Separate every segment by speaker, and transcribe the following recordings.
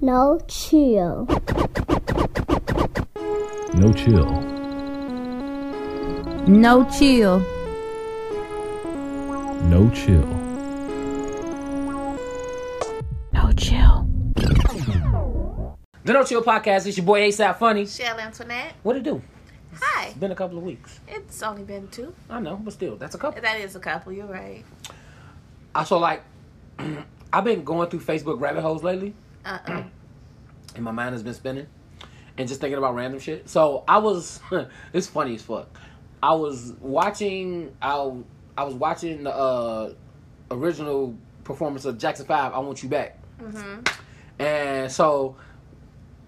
Speaker 1: No chill.
Speaker 2: No chill.
Speaker 3: No chill.
Speaker 2: No chill.
Speaker 3: No chill.
Speaker 4: The No Chill Podcast. It's your boy ASAP Funny.
Speaker 5: Shell Antoinette.
Speaker 4: What it do?
Speaker 5: Hi.
Speaker 4: Been a couple of weeks.
Speaker 5: It's only been two.
Speaker 4: I know, but still, that's a couple.
Speaker 5: That is a couple, you're right.
Speaker 4: I so like, I've been going through Facebook rabbit holes lately,
Speaker 5: Uh uh
Speaker 4: and my mind has been spinning, and just thinking about random shit. So I was, it's funny as fuck. I was watching, I I was watching the uh, original performance of Jackson Five. I want you back. And so,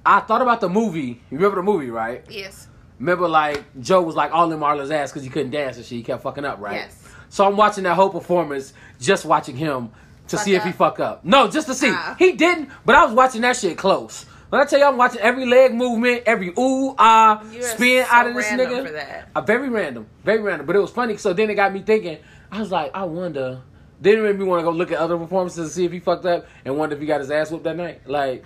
Speaker 4: I thought about the movie. You remember the movie, right?
Speaker 5: Yes.
Speaker 4: Remember, like Joe was like all in Marla's ass because he couldn't dance and shit. He kept fucking up, right?
Speaker 5: Yes.
Speaker 4: So I'm watching that whole performance, just watching him to
Speaker 5: Fuck
Speaker 4: see if he
Speaker 5: up?
Speaker 4: fuck up. No, just to see.
Speaker 5: Ah.
Speaker 4: He didn't, but I was watching that shit close. When I tell you, I'm watching every leg movement, every ooh ah
Speaker 5: You are
Speaker 4: spin
Speaker 5: so
Speaker 4: out of this
Speaker 5: random
Speaker 4: nigga.
Speaker 5: for that.
Speaker 4: Uh, very random, very random. But it was funny. So then it got me thinking. I was like, I wonder. Then it made me want to go look at other performances to see if he fucked up and wonder if he got his ass whooped that night. Like,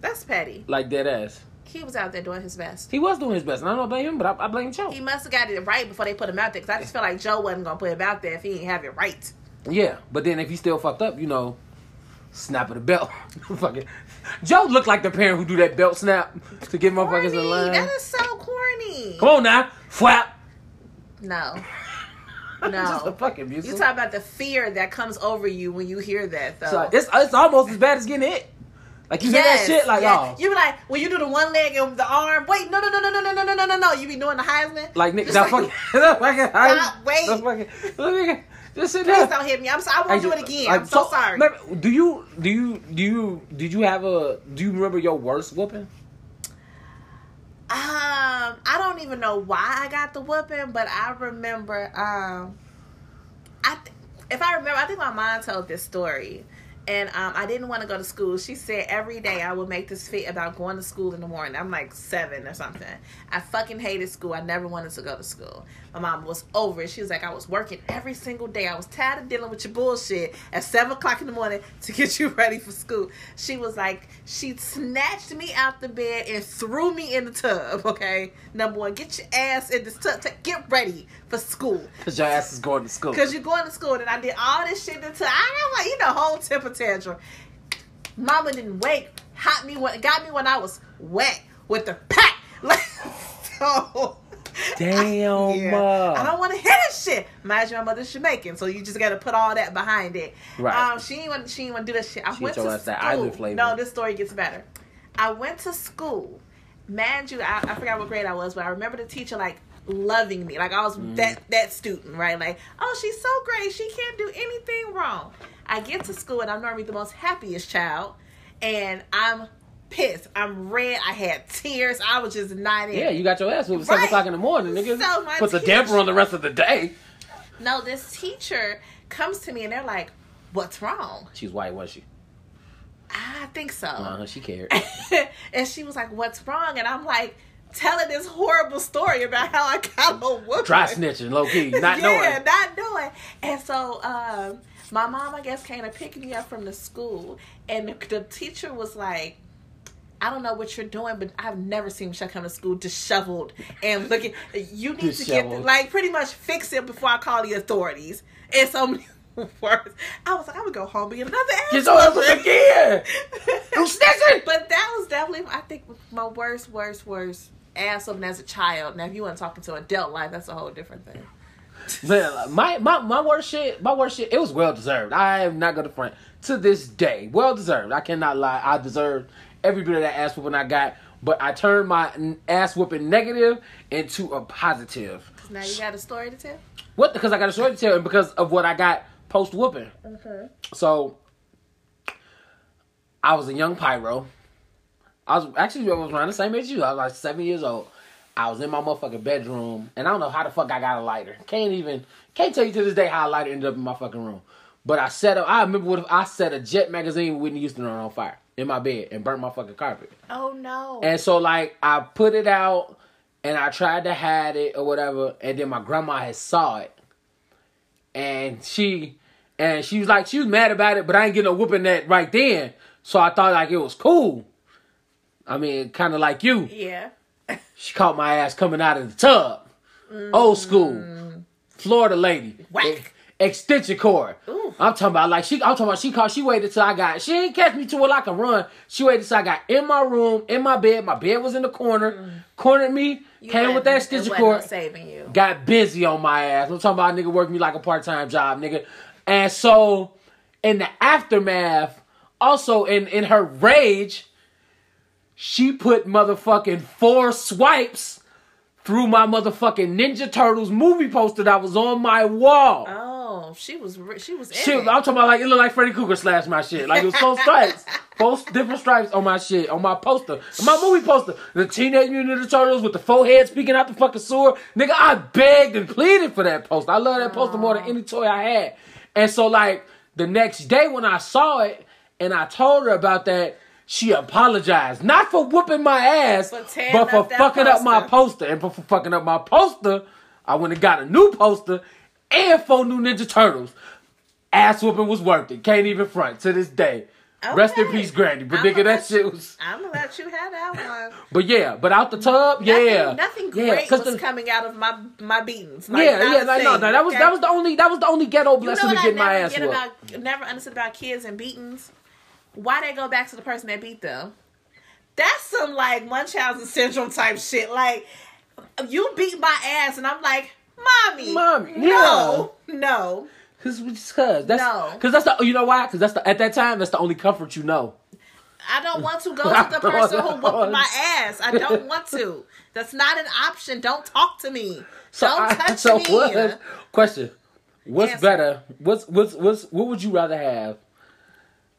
Speaker 5: That's petty.
Speaker 4: like dead ass.
Speaker 5: He was out there doing his best.
Speaker 4: He was doing his best, and I don't blame him, but I, I blame Joe.
Speaker 5: He must have got it right before they put him out there because I just feel like Joe wasn't going to put him out there if he didn't have it right.
Speaker 4: Yeah, but then if he still fucked up, you know, snap of the belt. Fucking Joe looked like the parent who do that belt snap to get motherfuckers in
Speaker 5: Corny.
Speaker 4: line.
Speaker 5: That is so corny.
Speaker 4: Come on now, flap.
Speaker 5: No.
Speaker 4: Just a
Speaker 5: No.
Speaker 4: fucking music.
Speaker 5: You talk about the fear that comes over you when you hear that, though.
Speaker 4: So it's it's almost as bad as getting hit. Like you
Speaker 5: Yes,
Speaker 4: hear that shit, like
Speaker 5: yes.
Speaker 4: oh,
Speaker 5: You be like, when you do the one leg and the arm, wait, no, no, no, no, no, no, no, no, no, no, no. You be doing the Heisman.
Speaker 4: like Nick,
Speaker 5: Just
Speaker 4: that fucking, that fucking,
Speaker 5: Stop, wait.
Speaker 4: that fucking, nigga, just sit
Speaker 5: Please
Speaker 4: there.
Speaker 5: don't hit me. I'm sorry. I won't do
Speaker 4: Like,
Speaker 5: it again.
Speaker 4: like,
Speaker 5: I'm so, sorry.
Speaker 4: maybe- do you do you do you did you have a do you remember your worst whooping?
Speaker 5: Um, I don't even know why I got the whooping, but I remember. Um, I th- if I remember, I think my mom told this story, and um, I didn't want to go to school. She said every day I would make this fit about going to school in the morning. I'm like seven or something. I fucking hated school. I never wanted to go to school. My mom was over it. She was like, I was working every single day. I was tired of dealing with your bullshit at seven o'clock in the morning to get you ready for school. She was like, she snatched me out the bed and threw me in the tub. Okay, number one, get your ass in this tub. Ta- Get ready for school.
Speaker 4: Cause your ass is going to school.
Speaker 5: Cause you're going to school, and I did all this shit until I was like, you know, whole temper tantrum. Mama didn't wake, hot me when got me when I was wet with the pack. Like, so
Speaker 4: Damn.
Speaker 5: yeah. I don't want to hear this shit. Mind you, my mother's Jamaican, so you just got to put all that behind it.
Speaker 4: Right.
Speaker 5: Um, she ain't want she ain't want to do that shit. I
Speaker 4: She
Speaker 5: went
Speaker 4: told
Speaker 5: to
Speaker 4: us
Speaker 5: school.
Speaker 4: that island flavor.
Speaker 5: No, this story gets better. I went to school. Mind you, I, I forgot what grade I was, but I remember the teacher like loving me, like I was
Speaker 4: Mm.
Speaker 5: that that student, right? Like, oh, she's so great. She can't do anything wrong. I get to school and I'm normally the most happiest child, and I'm pissed. I'm red. I had tears. I was just not in.
Speaker 4: Yeah,
Speaker 5: it.
Speaker 4: you got your ass whooped at
Speaker 5: Right.
Speaker 4: seven o'clock in the morning, nigga.
Speaker 5: So my
Speaker 4: Puts a
Speaker 5: teeth-
Speaker 4: damper on the rest of the day.
Speaker 5: No, this teacher comes to me and they're like, "What's wrong?"
Speaker 4: She's white, was she?
Speaker 5: I think so.
Speaker 4: Uh, she cared.
Speaker 5: and she was like, "What's wrong?" And I'm like, telling this horrible story about how I got a whooping.
Speaker 4: Dry snitching, low key, not
Speaker 5: yeah,
Speaker 4: knowing.
Speaker 5: not knowing. And so um, my mom, I guess, came to pick me up from the school, and the, the teacher was like. I don't know what you're doing, but I've never seen Michelle come to school disheveled and looking. You need to get
Speaker 4: Disheveled.
Speaker 5: like pretty much fix it before I call the authorities. And so many words. I was like, I'm gonna go home and get another ass.
Speaker 4: Get your ass
Speaker 5: whooping.
Speaker 4: whooped again. You snitching.
Speaker 5: But that was definitely, I think, my worst, worst, worst ass whooping as a child. Now, if you weren't talking to adult life, that's a whole different thing.
Speaker 4: Man, like, uh, my, my my worst shit, my worst shit. It was well deserved. I am not gonna front. To this day, well deserved. I cannot lie. I deserved every bit of that ass whooping I got. But I turned my n- ass whooping negative into a positive.
Speaker 5: Now you got a story to tell?
Speaker 4: What? Because I got a story to tell, and because of what I got post whooping. So I was a young pyro. I was actually I was around the same age as you. I was like seven years old. I was in my motherfucking bedroom, and I don't know how the fuck I got a lighter. Can't even can't tell you to this day how a lighter ended up in my fucking room. But I set up. I remember what I set a Jet magazine with Whitney Houston on fire in my bed and burnt my fucking carpet.
Speaker 5: Oh, no.
Speaker 4: And so like I put it out and I tried to hide it or whatever, and then my grandma had saw it. And she and she was like, she was mad about it, but I ain't getting no whooping that right then. So I thought like it was cool. I mean, kind of like you.
Speaker 5: Yeah.
Speaker 4: She caught my ass coming out of the tub. Old school. Florida lady.
Speaker 5: Whack.
Speaker 4: E- Extension cord.
Speaker 5: Ooh.
Speaker 4: I'm talking about like she I'm talking about she caught she waited till I got she didn't catch me till I could run. She waited till I got in my room, in my bed. My bed was in the corner, cornered me,
Speaker 5: Mm. You
Speaker 4: came
Speaker 5: wasn't-
Speaker 4: with that
Speaker 5: it
Speaker 4: extension
Speaker 5: wasn't
Speaker 4: cord,
Speaker 5: saving you.
Speaker 4: got busy on my ass. I'm talking about nigga worked me like a part time job, nigga. And so in the aftermath, also in in her rage, she put motherfucking four swipes through my motherfucking Ninja Turtles movie poster that was on my wall.
Speaker 5: Oh, she was re- she was in
Speaker 4: Shit,
Speaker 5: it.
Speaker 4: I'm talking about like it looked like Freddy Krueger slashed my shit. Like it was four stripes, four different stripes on my shit, on my poster, my movie poster. The Teenage Mutant Ninja Turtles with the forehead speaking out the fucking sewer. Nigga, I begged and pleaded for that poster. I love that poster more than any toy I had. And so like the next day when I saw it and I told her about that, she apologized not for whooping my ass,
Speaker 5: For tearing
Speaker 4: but for
Speaker 5: up that
Speaker 4: fucking up my
Speaker 5: poster.
Speaker 4: poster. And for for fucking up my poster, I went and got a new poster and four new Ninja Turtles ass whooping was worth it. Can't even front to this day. Rest in
Speaker 5: Okay.
Speaker 4: peace, Granny. But
Speaker 5: I'm
Speaker 4: nigga,
Speaker 5: gonna
Speaker 4: that
Speaker 5: let you-
Speaker 4: shit was.
Speaker 5: I'm gonna let you have that one.
Speaker 4: But yeah, but out the tub, yeah,
Speaker 5: Nothing, nothing
Speaker 4: yeah,
Speaker 5: great
Speaker 4: 'cause
Speaker 5: was
Speaker 4: the-
Speaker 5: coming out of my my beatings. Like,
Speaker 4: Yeah,
Speaker 5: not
Speaker 4: yeah,
Speaker 5: a
Speaker 4: like, no,
Speaker 5: thing,
Speaker 4: no, that was
Speaker 5: okay?
Speaker 4: that was the only that was the only ghetto
Speaker 5: You know
Speaker 4: blessing
Speaker 5: what
Speaker 4: to
Speaker 5: I
Speaker 4: get
Speaker 5: never
Speaker 4: my ass
Speaker 5: get
Speaker 4: whooped.
Speaker 5: about, never understood about kids and beatings. Why they go back to the person that beat them? That's some like Munchausen syndrome type shit. Like you beat my ass, and I'm like, mommy,
Speaker 4: Mommy,
Speaker 5: no, no.
Speaker 4: Cause, just cause that's
Speaker 5: No.
Speaker 4: cause that's the you know why? Cause that's the at that time that's the only comfort you know.
Speaker 5: I don't want to go to the person who whooped my ass. I don't want to. That's not an option. Don't talk to me. don't
Speaker 4: I-
Speaker 5: touch
Speaker 4: so
Speaker 5: me.
Speaker 4: what- question: What's
Speaker 5: Answer.
Speaker 4: better? What's what's what's what would you rather have?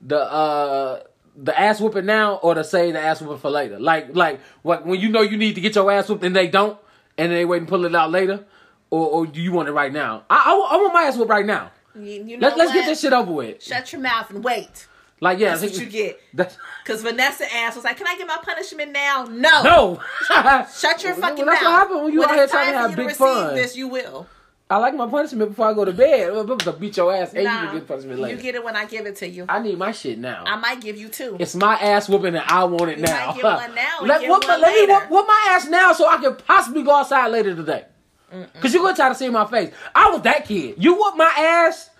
Speaker 4: The uh the ass whooping now or to say the ass whooping for later? Like like what when you know you need to get your ass whooped and they don't and they wait and pull it out later, or or do you want it right now? I I, wa- I want my ass whooped right now.
Speaker 5: You, you know
Speaker 4: Let's let's
Speaker 5: what?
Speaker 4: get this shit over with.
Speaker 5: Shut your mouth and wait.
Speaker 4: Like yeah,
Speaker 5: That's what you get.
Speaker 4: That's,
Speaker 5: Because Vanessa asked, was like, can I get my punishment now? No.
Speaker 4: no.
Speaker 5: Shut your
Speaker 4: Well, that's
Speaker 5: fucking mouth.
Speaker 4: what happened when you out here
Speaker 5: it's
Speaker 4: trying to
Speaker 5: time for
Speaker 4: have
Speaker 5: you
Speaker 4: big
Speaker 5: receive
Speaker 4: fun.
Speaker 5: this, you will.
Speaker 4: I like my punishment before I go to bed. I'm about to beat your ass and you
Speaker 5: Nah,
Speaker 4: can get punishment later.
Speaker 5: you get it when I give it to you. I,
Speaker 4: I need my shit now.
Speaker 5: might give you two.
Speaker 4: It's my ass whooping and I want it
Speaker 5: You
Speaker 4: now.
Speaker 5: might get one now and
Speaker 4: let,
Speaker 5: get
Speaker 4: whoop my,
Speaker 5: one
Speaker 4: let me whoop,
Speaker 5: later.
Speaker 4: whoop my ass now so I can possibly go outside later today. Because you're going to try to see my face. I was that kid. You whoop my ass,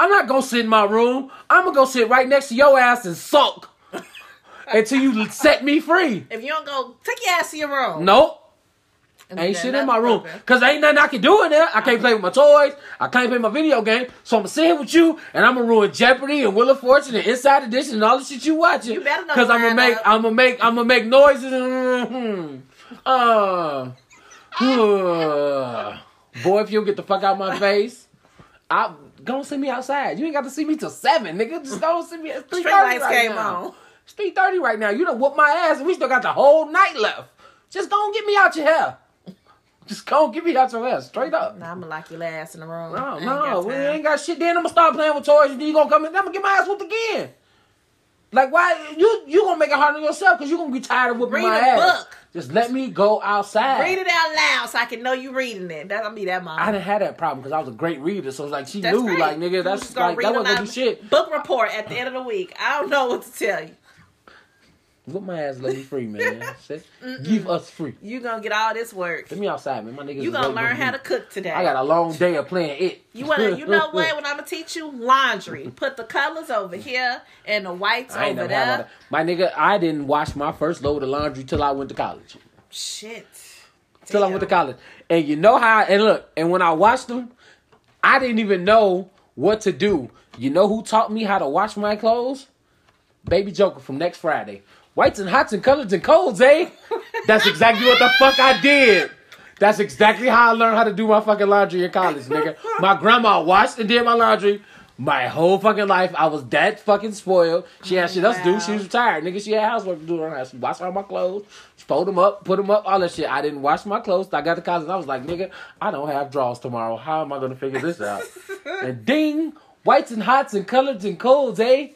Speaker 4: I'm not going to sit in my room. I'm going to go sit right next to your ass and sulk until you set me free.
Speaker 5: if you don't go, take your ass to your room.
Speaker 4: Nope.
Speaker 5: And
Speaker 4: Ain't
Speaker 5: then
Speaker 4: shit in
Speaker 5: nothing
Speaker 4: my room.
Speaker 5: happened.
Speaker 4: Cause ain't nothing I can do in there. I can't play with my toys. I can't play my video game. So I'ma sit here with you and I'ma ruin Jeopardy and Wheel of Fortune and Inside Edition and all the shit you watching.
Speaker 5: You better know
Speaker 4: Cause
Speaker 5: the
Speaker 4: I'ma
Speaker 5: lineup.
Speaker 4: make I'ma make I'ma make noises and mm, uh, uh. boy if you don't get the fuck out my face. I don't see me outside. You ain't got to see me till seven, nigga. Just don't see me at three
Speaker 5: Street
Speaker 4: thirty
Speaker 5: lights
Speaker 4: right
Speaker 5: came
Speaker 4: now.
Speaker 5: on.
Speaker 4: It's three thirty right now. You done whooped my ass, and we still got the whole night left. Just don't get me out your hair. Just go get me out your hair, straight up.
Speaker 5: Now I'm going to lock your ass in the room. I
Speaker 4: No,
Speaker 5: ain't
Speaker 4: no,
Speaker 5: got
Speaker 4: we
Speaker 5: time.
Speaker 4: ain't got shit. Then I'm gonna start playing with toys, and then you gonna come in. I'm gonna get my ass whooped again. Like why you you gonna make it hard on yourself because you gonna be tired of whooping
Speaker 5: Read
Speaker 4: my
Speaker 5: a
Speaker 4: ass.
Speaker 5: book.
Speaker 4: Just let me go outside.
Speaker 5: Read it out loud so I can know you reading it. That's gonna be that mom.
Speaker 4: I didn't have that problem because I was a great reader, so it's like she
Speaker 5: That's
Speaker 4: knew,
Speaker 5: great.
Speaker 4: like nigga,
Speaker 5: You
Speaker 4: that's
Speaker 5: just gonna
Speaker 4: like
Speaker 5: read
Speaker 4: that
Speaker 5: them
Speaker 4: wasn't
Speaker 5: out-
Speaker 4: do shit.
Speaker 5: Book report at the end of the week. I don't know what to tell you.
Speaker 4: Whoop my ass, let me free, man. Shit. Give us free.
Speaker 5: You gonna get all this work.
Speaker 4: Let me outside, man. My niggas.
Speaker 5: You
Speaker 4: is
Speaker 5: gonna
Speaker 4: waiting on
Speaker 5: learn
Speaker 4: me.
Speaker 5: how to cook today.
Speaker 4: I got a long day of playing it.
Speaker 5: you wanna you know what? When I'm gonna teach you laundry. Put the colors over here and the whites
Speaker 4: I ain't
Speaker 5: over
Speaker 4: never had
Speaker 5: there.
Speaker 4: one. My nigga, I didn't wash my first load of laundry till I went to college.
Speaker 5: Shit.
Speaker 4: Till I went to college, and you know how? And look, and when I washed them, I didn't even know what to do. You know who taught me how to wash my clothes? Baby Joker from next Friday. Whites and hots and colors and colds, eh? That's exactly what the fuck I did. That's exactly how I learned how to do my fucking laundry in college, nigga. My grandma washed and did my laundry my whole fucking life. I was that fucking spoiled. She had shit else to do. She was retired, nigga. She had housework to do around her house. She washed all my clothes, she fold them up, put them up, all that shit. I didn't wash my clothes. till I got to college. and I was like, nigga, I don't have drawers tomorrow. How am I gonna figure this out? and ding, whites and hots and colors and colds, eh?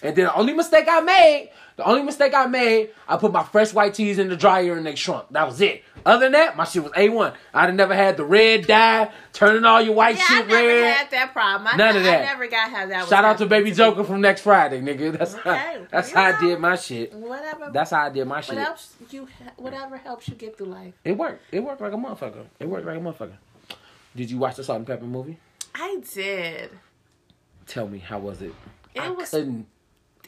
Speaker 4: And then the only mistake I made The only mistake I made, I put my fresh white teas in the dryer and they shrunk. That was it. Other than that, my shit was A1. I'd have never had the red dye, turning all your white
Speaker 5: Yeah, I
Speaker 4: shit
Speaker 5: never
Speaker 4: red.
Speaker 5: had that problem. I,
Speaker 4: None of
Speaker 5: ne-
Speaker 4: that.
Speaker 5: I never got how that. was
Speaker 4: Shout out to
Speaker 5: happening
Speaker 4: Baby
Speaker 5: me.
Speaker 4: Joker from next Friday, nigga. That's how,
Speaker 5: Okay,
Speaker 4: that's
Speaker 5: you
Speaker 4: how I
Speaker 5: know.
Speaker 4: did my shit.
Speaker 5: Whatever.
Speaker 4: That's how I did my shit.
Speaker 5: what helps you. Whatever helps you get through life.
Speaker 4: It worked. It worked like a motherfucker. It worked like a motherfucker. Did you watch the Salt and Pepper movie?
Speaker 5: I did.
Speaker 4: Tell me, how was it?
Speaker 5: It
Speaker 4: I
Speaker 5: was.
Speaker 4: couldn't.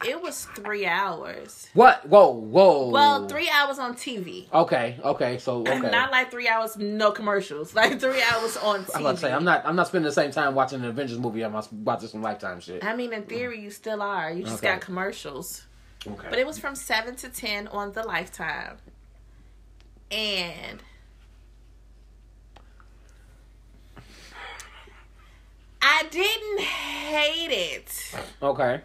Speaker 5: It was three hours.
Speaker 4: What? Whoa, whoa.
Speaker 5: Well, three hours on TV.
Speaker 4: Okay, okay. So okay.
Speaker 5: Not like three hours no commercials. Like three hours on TV.
Speaker 4: I'm about to say I'm not. I'm not spending the same time watching an Avengers movie. I'm watching some Lifetime shit.
Speaker 5: I mean, in theory, you still are. You just
Speaker 4: Okay.
Speaker 5: got commercials.
Speaker 4: Okay.
Speaker 5: But it was from 7 to 10 on the Lifetime. And I didn't hate it.
Speaker 4: okay.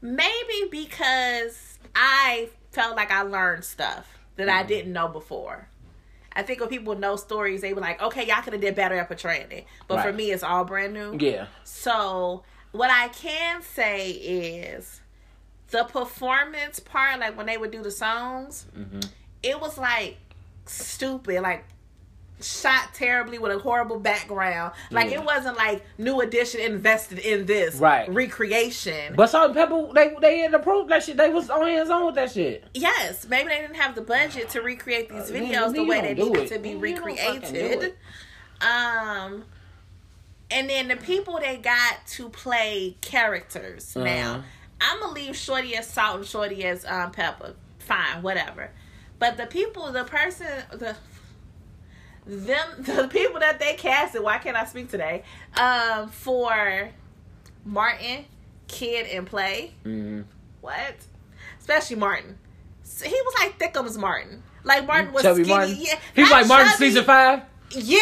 Speaker 5: Maybe because I felt like I learned stuff that
Speaker 4: Mm-hmm.
Speaker 5: I didn't know before. I think when people know stories, they were like, okay, y'all could have did better at portraying it. But for
Speaker 4: Right.
Speaker 5: me, it's all brand new.
Speaker 4: Yeah.
Speaker 5: So what I can say is the performance part, like when they would do the songs,
Speaker 4: Mm-hmm.
Speaker 5: it was like stupid, like shot terribly with a horrible background. Like
Speaker 4: Yeah.
Speaker 5: it wasn't like new edition invested in this
Speaker 4: Right.
Speaker 5: recreation.
Speaker 4: But Salt and Pepper, they they had approved that shit. They was on hands on with that shit.
Speaker 5: yes, maybe they didn't have the budget to recreate these
Speaker 4: Uh, then-
Speaker 5: videos
Speaker 4: then
Speaker 5: the
Speaker 4: you
Speaker 5: way they
Speaker 4: don't do
Speaker 5: needed
Speaker 4: it.
Speaker 5: to be
Speaker 4: Then you don't fucking do
Speaker 5: recreated.
Speaker 4: it.
Speaker 5: Um and then the people they got to play characters
Speaker 4: Uh-huh.
Speaker 5: now. I'm gonna leave Shorty as Salt and Shorty as um, Pepper. Fine, whatever. But the people, the person, the them, the people that they casted. Why can't I speak today? Um, for Martin, Kid, and Play.
Speaker 4: Mm-hmm.
Speaker 5: What? Especially Martin. So he was like Thickums Martin. Like Martin was
Speaker 4: Chubby
Speaker 5: skinny.
Speaker 4: Martin.
Speaker 5: Yeah,
Speaker 4: He's
Speaker 5: not
Speaker 4: like Martin
Speaker 5: chubby.
Speaker 4: season five.
Speaker 5: Yeah,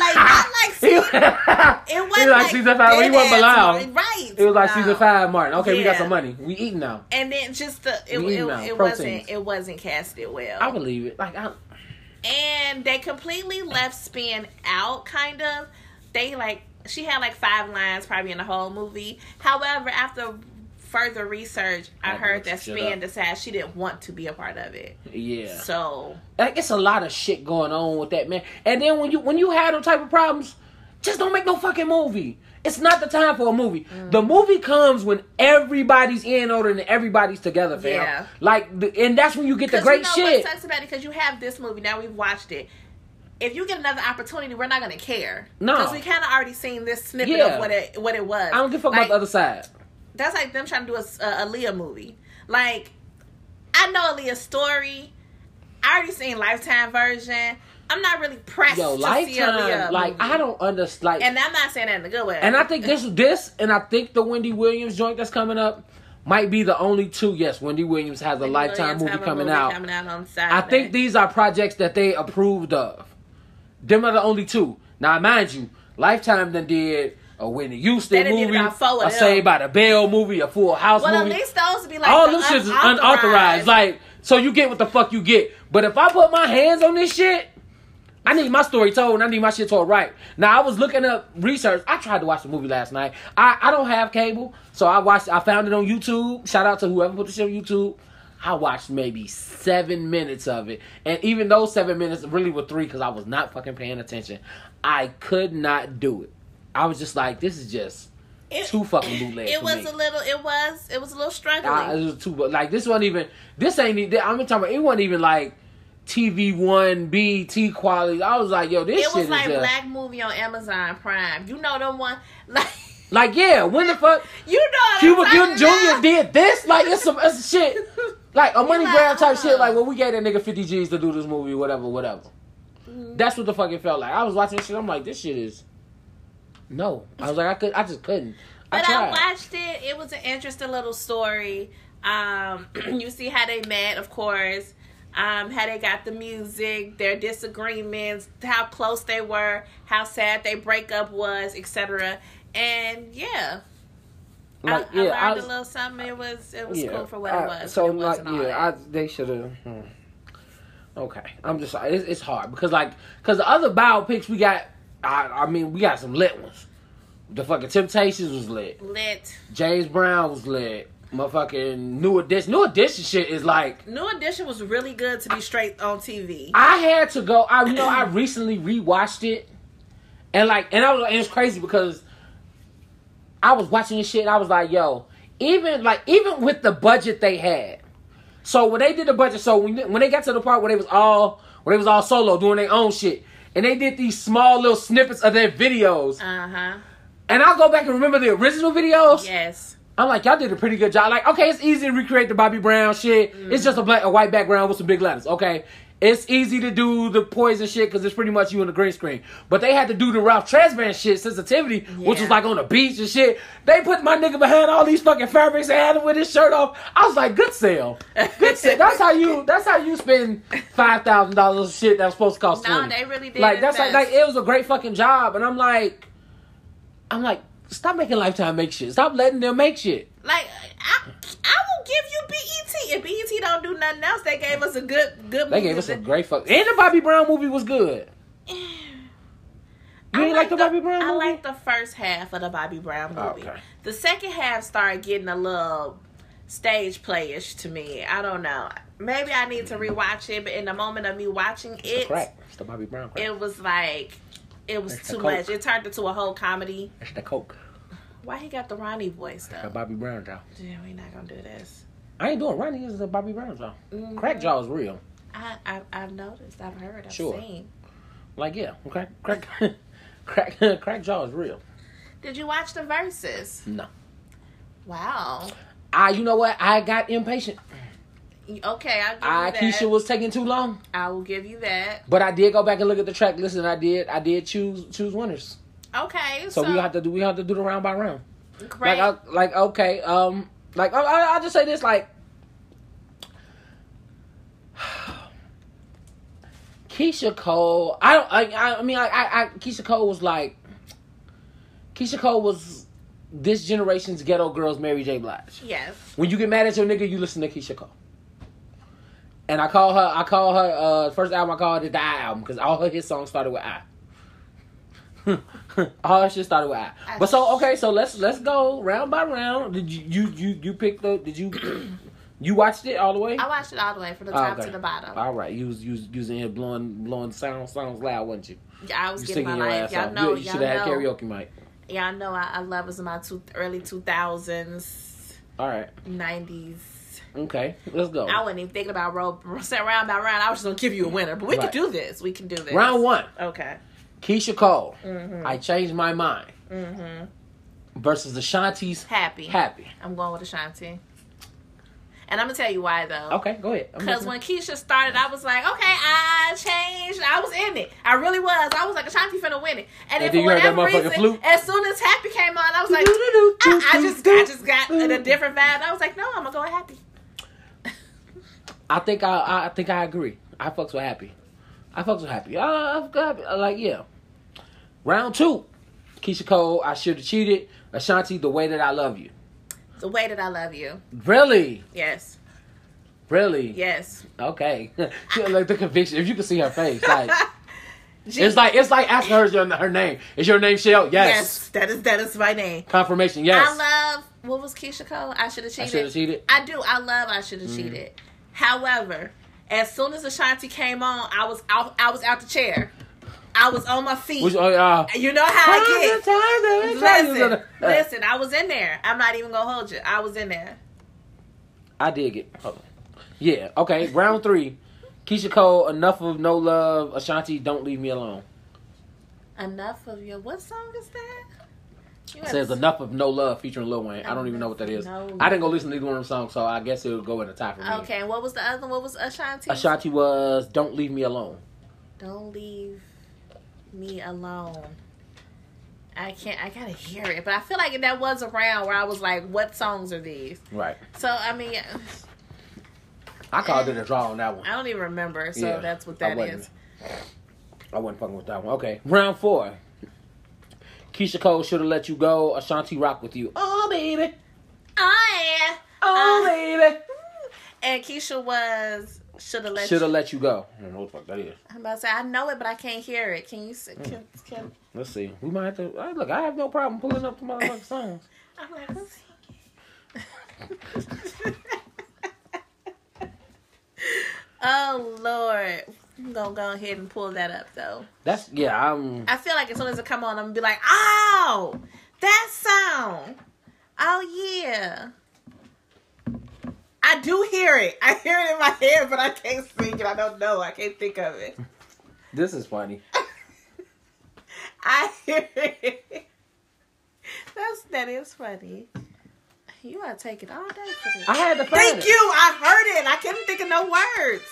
Speaker 5: like not
Speaker 4: He-
Speaker 5: like season. It wasn't
Speaker 4: he like season five. He
Speaker 5: dead
Speaker 4: wasn't
Speaker 5: ass
Speaker 4: belong.
Speaker 5: Martin. Right.
Speaker 4: It was like
Speaker 5: No.
Speaker 4: season five, Martin. Okay, we got
Speaker 5: Yeah.
Speaker 4: some money. We eating now.
Speaker 5: And then just the it,
Speaker 4: We
Speaker 5: it,
Speaker 4: eating now,
Speaker 5: it
Speaker 4: proteins.
Speaker 5: wasn't it wasn't casted well.
Speaker 4: I believe it. Like I,
Speaker 5: and they completely left spin out kind of they like she had like five lines probably in the whole movie however after further research i
Speaker 4: I'll
Speaker 5: heard
Speaker 4: look
Speaker 5: that
Speaker 4: some shit
Speaker 5: spin
Speaker 4: up.
Speaker 5: decided she didn't want to be a part of it
Speaker 4: yeah.
Speaker 5: so
Speaker 4: Like it's a lot of shit going on with that man. And then when you when you have them type of problems, just don't make no fucking movie. It's not the time for a movie.
Speaker 5: Mm.
Speaker 4: The movie comes when everybody's in order and everybody's together, fam.
Speaker 5: Yeah.
Speaker 4: Like, the, and that's when you get the
Speaker 5: 'Cause
Speaker 4: great
Speaker 5: you know
Speaker 4: shit.
Speaker 5: what sucks about it because you have this movie now we've watched it if you get another opportunity we're not gonna care
Speaker 4: No.
Speaker 5: we kind of already seen this snippet
Speaker 4: Yeah.
Speaker 5: of what it what it was
Speaker 4: I don't give a fuck about
Speaker 5: Like,
Speaker 4: the other side.
Speaker 5: that's like them trying to do a, a Aaliyah movie. Like, I know Aaliyah's story. I already seen Lifetime version. I'm not really pressed
Speaker 4: Yo,
Speaker 5: to see Aaliyah.
Speaker 4: lifetime. Like,
Speaker 5: movie.
Speaker 4: I don't understand. Like,
Speaker 5: And I'm not saying that in a good way.
Speaker 4: And I think this this and I think the Wendy Williams joint that's coming up might be the only two. Yes, Wendy Williams has a
Speaker 5: Wendy
Speaker 4: lifetime
Speaker 5: Williams
Speaker 4: movie
Speaker 5: have a
Speaker 4: coming out.
Speaker 5: coming on
Speaker 4: I
Speaker 5: Saturday.
Speaker 4: think these are projects that they approved of. Them are the only two. Now mind you, Lifetime done did a Whitney
Speaker 5: They
Speaker 4: Houston
Speaker 5: done did
Speaker 4: movie,
Speaker 5: about four of
Speaker 4: a
Speaker 5: them.
Speaker 4: Saved by the Bell movie, a Full House
Speaker 5: Well, at
Speaker 4: movie.
Speaker 5: least those would be like
Speaker 4: All
Speaker 5: the
Speaker 4: them shit is
Speaker 5: unauthorized.
Speaker 4: unauthorized. Like, so you get what the fuck you get. But if I put my hands on this shit, I need my story told and I need my shit told right. Now I was looking up research. I tried to watch the movie last night. I, I don't have cable, so I watched I found it on YouTube. Shout out to whoever put the shit on YouTube. I watched maybe seven minutes of it. And even those seven minutes really were three because I was not fucking paying attention. I could not do it. I was just like, this is just
Speaker 5: It-
Speaker 4: too fucking bootleg.
Speaker 5: it
Speaker 4: for
Speaker 5: was
Speaker 4: me.
Speaker 5: a little. It was. It was a little
Speaker 4: I, it
Speaker 5: struggling.
Speaker 4: was too, but like this wasn't even. This ain't. e- I'm talking about. It wasn't even like TV one BT quality. I was like, yo, this
Speaker 5: it
Speaker 4: shit
Speaker 5: was like
Speaker 4: is just,
Speaker 5: black movie on Amazon Prime. You know the one. Like
Speaker 4: like, yeah, when the fuck
Speaker 5: you know.
Speaker 4: Cuba
Speaker 5: What I'm
Speaker 4: Gooding
Speaker 5: talking
Speaker 4: Jr.
Speaker 5: about?
Speaker 4: did this? Like, it's some it's shit. Like a money
Speaker 5: like,
Speaker 4: grab type
Speaker 5: uh.
Speaker 4: shit. Like, well, we gave that nigga 50 G's to do this movie, whatever, whatever.
Speaker 5: Mm-hmm.
Speaker 4: That's what the fuck it felt like. I was watching this shit. I'm like, this shit is. No, I was like, I could, I just couldn't. I
Speaker 5: But I,
Speaker 4: tried.
Speaker 5: watched it. It was an interesting little story. Um, you see how they met, of course. Um, how they got the music, their disagreements, how close they were, how sad their breakup was, etc. And yeah,
Speaker 4: like,
Speaker 5: I, I learned
Speaker 4: was-
Speaker 5: a little something. It was it was cool for what
Speaker 4: I-
Speaker 5: it was.
Speaker 4: So
Speaker 5: but it wasn't all
Speaker 4: like, yeah,
Speaker 5: that.
Speaker 4: I, they should have. Hmm. Okay, I'm just sorry. It's, it's hard because like, because the other biopics we got, I, I mean, we got some lit ones. The fucking Temptations was lit.
Speaker 5: lit.
Speaker 4: James Brown was lit. motherfucking new edition. New edition shit is like
Speaker 5: New Edition was really good to be straight on TV.
Speaker 4: I had to go. I you know I recently rewatched it, and like and I was and it's crazy because I was watching this shit. And I was like, yo, even like even with the budget they had. So when they did the budget, so when when they got to the part where they was all where they was all solo doing their own shit, and they did these small little snippets of their videos,
Speaker 5: Uh huh.
Speaker 4: and I'll go back and remember the original videos.
Speaker 5: Yes.
Speaker 4: I'm like, y'all did a pretty good job. Like, okay, it's easy to recreate the Bobby Brown shit. It's just a black, a white background with some big letters. Okay, it's easy to do the poison shit because it's pretty much you in the green screen. But they had to do the Ralph Tresvant shit, sensitivity, which
Speaker 5: Yeah.
Speaker 4: was like on the beach and shit. They put my nigga behind all these fucking fabrics and had him with his shirt off. I was like, good sale, good sale. That's how you. That's how you spend five thousand dollars of shit that was supposed to cost.
Speaker 5: No,
Speaker 4: 20.
Speaker 5: they really did
Speaker 4: Like that's like,
Speaker 5: invest.
Speaker 4: like it was a great fucking job, and I'm like, I'm like, stop making Lifetime make shit. Stop letting them make shit.
Speaker 5: Like I, I will give you BET. If BET don't do nothing else, they gave us a good, good.
Speaker 4: They gave us a great fuck. And the Bobby Brown movie was good. You
Speaker 5: I
Speaker 4: ain't like the Bobby Brown
Speaker 5: I
Speaker 4: movie? Oh,
Speaker 5: like the first half of the Bobby Brown movie.
Speaker 4: Okay.
Speaker 5: The second half started getting a little stage playish to me. I don't know. Maybe I need to rewatch it, but in the moment of me watching
Speaker 4: It's
Speaker 5: it,
Speaker 4: crack. It's the Bobby Brown crack.
Speaker 5: it was like it was
Speaker 4: That's the
Speaker 5: too
Speaker 4: Coke.
Speaker 5: much. It turned into a whole comedy.
Speaker 4: It's the coke.
Speaker 5: Why he got the Ronnie voice
Speaker 4: The
Speaker 5: though?
Speaker 4: Bobby Brown jaw.
Speaker 5: Yeah, we not gonna do this.
Speaker 4: I ain't doing Ronnie. It's the Bobby Brown jaw.
Speaker 5: Mm-hmm.
Speaker 4: Crack jaw is real.
Speaker 5: I, I I've noticed. I've heard. I've
Speaker 4: Sure.
Speaker 5: seen.
Speaker 4: Like yeah, crack, crack, crack, crack jaw is real.
Speaker 5: Did you watch the verses?
Speaker 4: No.
Speaker 5: Wow.
Speaker 4: I, you know what? I got impatient.
Speaker 5: You- Okay, I'll give
Speaker 4: I
Speaker 5: you that.
Speaker 4: Keisha was taking too long,
Speaker 5: I will give you that.
Speaker 4: but I did go back and look at the track. Listen, I did, I did choose choose winners.
Speaker 5: Okay,
Speaker 4: So, we have to do, we have to do the round by round.
Speaker 5: great.
Speaker 4: Like, I, like okay, um, like I, I, I'll just say this, like, Keisha Cole. I don't. I, I- I mean, I, I, I, Keisha Cole was like, Keisha Cole was this generation's ghetto girls, Mary J. Blige.
Speaker 5: yes.
Speaker 4: When you get mad at your nigga, you listen to Keisha Cole. And I call her, I call her, uh, first album I called it the I album because all her hit songs started with I. all her shit started with I.
Speaker 5: I-
Speaker 4: But so okay, so let's let's go round by round. Did you you you you pick the? Did you you watched it all the way?
Speaker 5: I watched it all the way from the
Speaker 4: Oh,
Speaker 5: top
Speaker 4: okay.
Speaker 5: to the bottom.
Speaker 4: All right, you was you was using here blowing blowing sound sounds loud, wasn't you?
Speaker 5: I was
Speaker 4: You
Speaker 5: getting my
Speaker 4: singing your
Speaker 5: life.
Speaker 4: ass
Speaker 5: Y'all
Speaker 4: off.
Speaker 5: know,
Speaker 4: you you
Speaker 5: y'all
Speaker 4: should have had
Speaker 5: know,
Speaker 4: karaoke mic.
Speaker 5: y'all know. I, I love was in my two, early two thousands,
Speaker 4: All right,
Speaker 5: nineties.
Speaker 4: okay, let's go.
Speaker 5: I wasn't even thinking about roll say round by round. I was just gonna give you a winner, but we
Speaker 4: Right.
Speaker 5: can do this. We can do this.
Speaker 4: Round one.
Speaker 5: Okay.
Speaker 4: Keisha Cole,
Speaker 5: Mm-hmm.
Speaker 4: I changed my mind. Versus Ashanti's
Speaker 5: Happy.
Speaker 4: Happy.
Speaker 5: I'm going with Ashanti. And I'm gonna tell you why though.
Speaker 4: Okay, go ahead. I'm
Speaker 5: Because
Speaker 4: listening.
Speaker 5: when Keisha started, I was like, okay, I changed. I was in it. I really was. I was like, Ashanti finna win it. And,
Speaker 4: And then
Speaker 5: then for
Speaker 4: you heard that
Speaker 5: whatever
Speaker 4: motherfucking
Speaker 5: reason,
Speaker 4: flute.
Speaker 5: as soon as Happy came on, I was like, I, I just, I just got a
Speaker 4: Mm.
Speaker 5: different vibe. I was like, no, I'm gonna go with Happy.
Speaker 4: I think I, I, I think I agree. I fucks with Happy. I fucks with Happy. I, I fucks with Happy. I Like yeah. Round two, Keisha Cole. I should have cheated. Ashanti, the way that I love you.
Speaker 5: The way that I love you.
Speaker 4: Really,
Speaker 5: Yes,
Speaker 4: really.
Speaker 5: yes.
Speaker 4: Okay. She had, like the conviction. If you could see her face, like
Speaker 5: G-
Speaker 4: it's like it's like asking her your, her name. Is your name Shell? Yes.
Speaker 5: yes, that is that is my name.
Speaker 4: Confirmation. Yes.
Speaker 5: I love what was Keisha Cole? I should have
Speaker 4: I should have
Speaker 5: cheated.
Speaker 4: cheated.
Speaker 5: I do. I love. I should have
Speaker 4: Mm.
Speaker 5: cheated. However, as soon as Ashanti came on, I was out. I was out the chair. I was on my feet.
Speaker 4: Which, uh, uh,
Speaker 5: You know how I get. Listen,
Speaker 4: Listen.
Speaker 5: listen. I was in there. I'm not even gonna hold you. I was in there.
Speaker 4: I dig it. Hold on. Yeah. Okay. Round three. Keisha Cole. Enough of no love. Ashanti. Don't leave me alone.
Speaker 5: Enough of your. What song is that? You
Speaker 4: It says
Speaker 5: have-
Speaker 4: enough of no love featuring Lil Wayne. I don't even know what that is.
Speaker 5: No
Speaker 4: I didn't go listen to either one of them songs, so I guess it would go in the top for me.
Speaker 5: Okay. and What was the other? one? What was Ashanti?
Speaker 4: Ashanti was "Don't Leave Me Alone."
Speaker 5: Don't leave me alone. I can't. I gotta hear it, but I feel like that was around where I was like, "What songs are these?"
Speaker 4: Right.
Speaker 5: So I mean,
Speaker 4: I called it a draw on that one.
Speaker 5: I don't even remember. So
Speaker 4: Yeah,
Speaker 5: that's what
Speaker 4: I
Speaker 5: that
Speaker 4: wasn't.
Speaker 5: is.
Speaker 4: I wasn't fucking with that one. Okay. Round four. Keisha Cole should have let you go. Ashanti rock with you. Oh baby.
Speaker 5: I
Speaker 4: Oh
Speaker 5: Uh,
Speaker 4: baby.
Speaker 5: and Keisha was should have let.
Speaker 4: Should have let you go. I don't know what the fuck that is.
Speaker 5: I'm about to say I know it, but I can't hear it. Can you? s-
Speaker 4: Mm.
Speaker 5: Can, can,
Speaker 4: Let's see. We might have to. I, look, I have no problem pulling up the motherfucking songs.
Speaker 5: I'm like, what's oh Lord, I'm gonna go ahead and pull that up though.
Speaker 4: That's yeah. I'm
Speaker 5: I feel like as soon as it come on, I'm gonna be like, oh, that song. Oh yeah. I do hear it. I hear it in my head, but I can't sing it. I don't know. I can't think of it.
Speaker 4: this is funny.
Speaker 5: I hear it. That's that is funny. You are taking all day for this.
Speaker 4: I had to find
Speaker 5: Thank
Speaker 4: it.
Speaker 5: you. I heard it. I couldn't think of no words.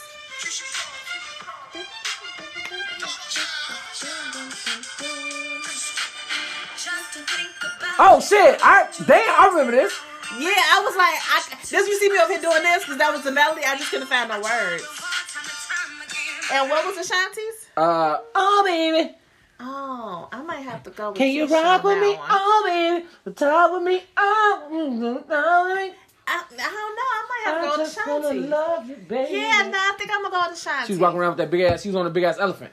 Speaker 4: Oh shit! I damn, I remember this.
Speaker 5: Yeah, I was like, I, this you see me over here doing this because that was the melody. I just couldn't find no words. And what was Ashanti's?
Speaker 4: Uh oh baby,
Speaker 5: Oh, I might have to go. With
Speaker 4: can you
Speaker 5: Keisha on
Speaker 4: rock with
Speaker 5: that
Speaker 4: me?
Speaker 5: one.
Speaker 4: Oh baby, the top with me. Oh, mm, mm, oh baby.
Speaker 5: I, I don't know. I might have to
Speaker 4: I'm
Speaker 5: go
Speaker 4: just
Speaker 5: with
Speaker 4: gonna
Speaker 5: Ashanti.
Speaker 4: love you, baby.
Speaker 5: Yeah, no, I think I'm gonna go with Ashanti.
Speaker 4: She was walking around with that big ass. She was on a big ass elephant.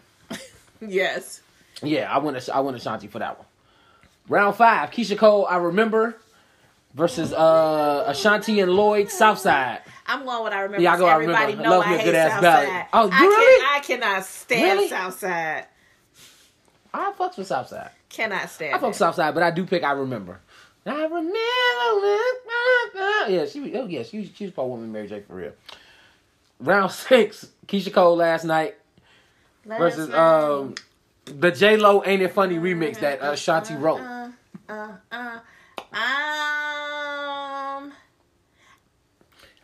Speaker 5: Yes.
Speaker 4: Yeah, I went. I went Ashanti for that one. Round five: Keisha Cole, I remember, versus uh Ashanti and Lloyd Southside.
Speaker 5: I'm going with I remember.
Speaker 4: Yeah, I go, I remember.
Speaker 5: Everybody
Speaker 4: I
Speaker 5: know
Speaker 4: love
Speaker 5: I
Speaker 4: me a
Speaker 5: hate
Speaker 4: good-ass
Speaker 5: Southside.
Speaker 4: ballad. Oh,
Speaker 5: I
Speaker 4: really?
Speaker 5: Can, I cannot stand
Speaker 4: Really?
Speaker 5: Southside.
Speaker 4: I fucks with Southside.
Speaker 5: Cannot stand.
Speaker 4: I fuck
Speaker 5: it.
Speaker 4: Southside, but I do pick. I remember. I remember. Yeah, she. was- Oh yeah, she. was- She was part woman, Mary J. For real. Round six: Keisha Cole last night
Speaker 5: Last
Speaker 4: versus
Speaker 5: night.
Speaker 4: um the J Lo "Ain't It Funny" remix that uh, Ashanti wrote.
Speaker 5: Uh, uh, uh. Um,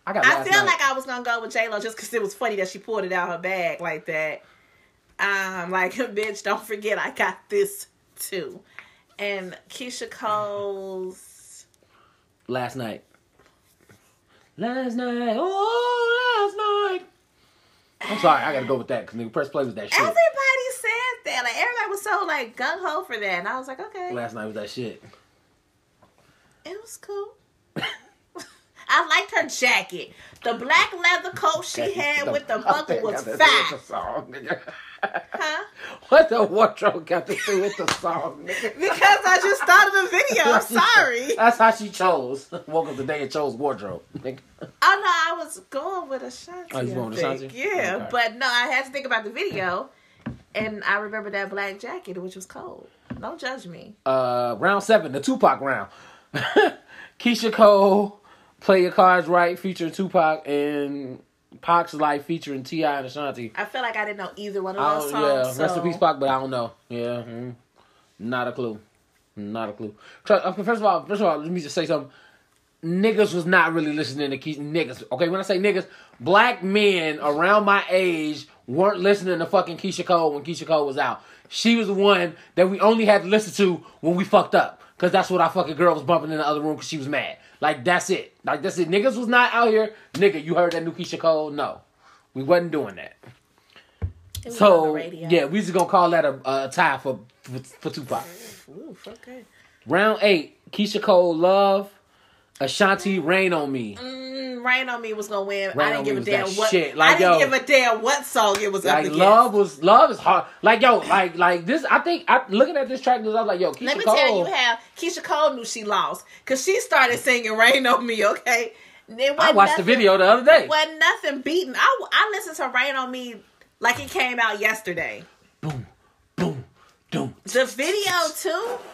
Speaker 4: I got.
Speaker 5: I
Speaker 4: Last
Speaker 5: feel
Speaker 4: night.
Speaker 5: like I was gonna go with J Lo just because it was funny that she pulled it out her bag like that. Um, like bitch, don't forget I got this too. And Keisha Cole's
Speaker 4: last night. Last night, oh last night. I'm sorry, I gotta go with that because nigga press play was that shit.
Speaker 5: everybody said that. Like everybody was so like gung ho for that, and I was like, okay,
Speaker 4: Last night was that shit.
Speaker 5: it was cool. I liked her jacket. The black leather coat she had with the buckle was fat. Huh?
Speaker 4: What the wardrobe got to do with the song, nigga?
Speaker 5: Because I just started the video. I'm sorry.
Speaker 4: That's how she chose. Woke up today and chose wardrobe. nigga.
Speaker 5: Oh no, I was going with Ashanti.
Speaker 4: Oh, you was
Speaker 5: I
Speaker 4: going with
Speaker 5: think.
Speaker 4: Ashanti?
Speaker 5: Yeah,
Speaker 4: Okay.
Speaker 5: but no, I had to think about the video, and I remember that black jacket, which was cold. Don't judge me.
Speaker 4: Uh, round seven, the Tupac round. Keisha Cole, Play Your Cards Right featuring Tupac and Pac's Life featuring T.I. and Ashanti.
Speaker 5: I feel like I didn't know either one of
Speaker 4: Oh
Speaker 5: those
Speaker 4: yeah,
Speaker 5: songs.
Speaker 4: rest in
Speaker 5: so-
Speaker 4: peace, Pac. But I don't know. Yeah, mm, not a clue. Not a clue. Tru- uh, First of all, first of all, let me just say something. Niggas was not really listening to Keith. Niggas, okay. When I say niggas, black men around my age weren't listening to fucking Keisha Cole when Keisha Cole was out. She was the one that we only had to listen to when we fucked up, cause that's what our fucking girl was bumping in the other room, cause she was mad. Like that's it. Like that's it. Niggas was not out here. Nigga, you heard that new Keisha Cole? No, we wasn't doing that.
Speaker 5: It was on the
Speaker 4: So
Speaker 5: radio.
Speaker 4: yeah, we just gonna call that a, a tie for, for for Tupac.
Speaker 5: Ooh, okay.
Speaker 4: Round eight: Keisha Cole, Love, Ashanti, Rain on Me.
Speaker 5: Mm, Rain on me was gonna win.
Speaker 4: Rain
Speaker 5: I
Speaker 4: on
Speaker 5: didn't give
Speaker 4: Me
Speaker 5: a
Speaker 4: was
Speaker 5: damn
Speaker 4: that
Speaker 5: what.
Speaker 4: shit.
Speaker 5: I
Speaker 4: Like,
Speaker 5: didn't
Speaker 4: yo.
Speaker 5: give a damn what song it was up
Speaker 4: Like
Speaker 5: against.
Speaker 4: love was love is hard. Like yo, like like this. I think I looking at this track list. I was like yo, Keisha
Speaker 5: Let me
Speaker 4: Cole.
Speaker 5: tell you how Keisha Cole knew she lost because she started singing "Rain on Me." Okay,
Speaker 4: I
Speaker 5: It wasn't
Speaker 4: watched the
Speaker 5: nothing-
Speaker 4: video the other day.
Speaker 5: wasn't nothing beating. I, I listened to Rain on Me like it came out yesterday.
Speaker 4: Boom, boom, boom.
Speaker 5: The video too.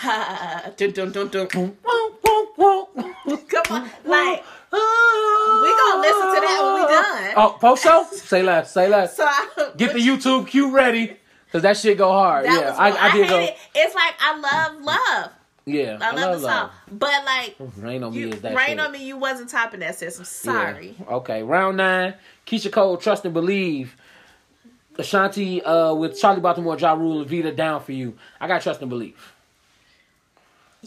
Speaker 5: Ha, dun, dun, dun, dun.
Speaker 4: Mm-hmm.
Speaker 5: Come on, like
Speaker 4: we
Speaker 5: gonna listen to that when we
Speaker 4: Ah.
Speaker 5: done.
Speaker 4: Oh, post show. Say less. Say less.
Speaker 5: so. I,
Speaker 4: Get the YouTube cue ready, cause that shit go hard.
Speaker 5: That
Speaker 4: yeah,
Speaker 5: was
Speaker 4: I,
Speaker 5: one.
Speaker 4: I, did
Speaker 5: hate
Speaker 4: go.
Speaker 5: it. It's like I love love.
Speaker 4: Yeah,
Speaker 5: I, love, the song, but like
Speaker 4: Rain on
Speaker 5: you,
Speaker 4: me is that
Speaker 5: Rain
Speaker 4: shit.
Speaker 5: on Me, you wasn't topping that sis. I'm
Speaker 4: Yeah.
Speaker 5: sorry.
Speaker 4: Okay, round nine. Keisha Cole, Trust and Believe. Ashanti uh, with Charlie Baltimore, Ja Rule, and Vita down for you. I got Trust and Believe.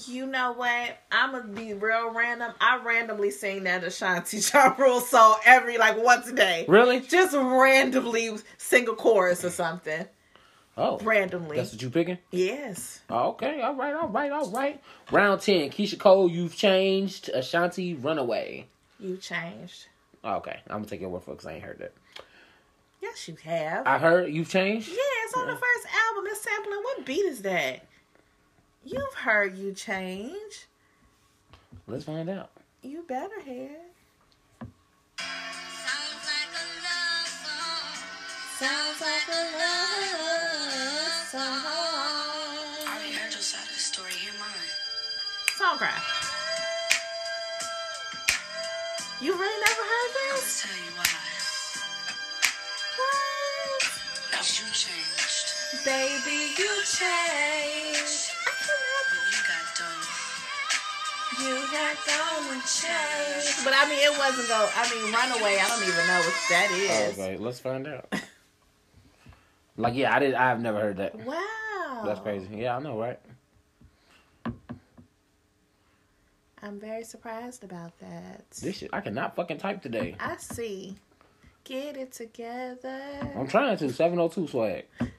Speaker 5: You know what? I'm gonna be real random. I randomly sing that Ashanti Ja Rule song every like once a day.
Speaker 4: Really?
Speaker 5: Just randomly sing a chorus or something.
Speaker 4: Oh,
Speaker 5: Randomly.
Speaker 4: that's what you picking? Oh,
Speaker 5: yes.
Speaker 4: Okay, all right, all right, all right. Round ten. Keisha Cole, You've Changed. Ashanti, Runaway.
Speaker 5: You changed.
Speaker 4: Okay, I'm gonna take your word for it because I ain't heard that.
Speaker 5: Yes, you have.
Speaker 4: I heard You've Changed.
Speaker 5: yeah, it's on the first album. It's sampling. What beat is that? You've heard You Change.
Speaker 4: Let's find out.
Speaker 5: You better have.
Speaker 1: Sounds like a love song.
Speaker 5: Sounds like a love
Speaker 1: I
Speaker 5: song.
Speaker 1: already heard your side of the story. Hear mine.
Speaker 5: Song cry. You really never heard this?
Speaker 1: Let's tell you why.
Speaker 5: What?
Speaker 1: Cause you changed.
Speaker 5: Baby, you changed. I cannot.
Speaker 1: When you
Speaker 5: You
Speaker 1: got done.
Speaker 5: had gone and changed. But I mean, it wasn't go. I mean, Runaway. I don't even know what that is.
Speaker 4: Oh, Okay, let's find out. like, yeah, I did. I've never heard that.
Speaker 5: Wow.
Speaker 4: That's crazy. Yeah, I know, right?
Speaker 5: I'm very surprised about that.
Speaker 4: This shit, I cannot fucking type today.
Speaker 5: I see. Get it together.
Speaker 4: I'm trying to. 702 swag.
Speaker 5: Get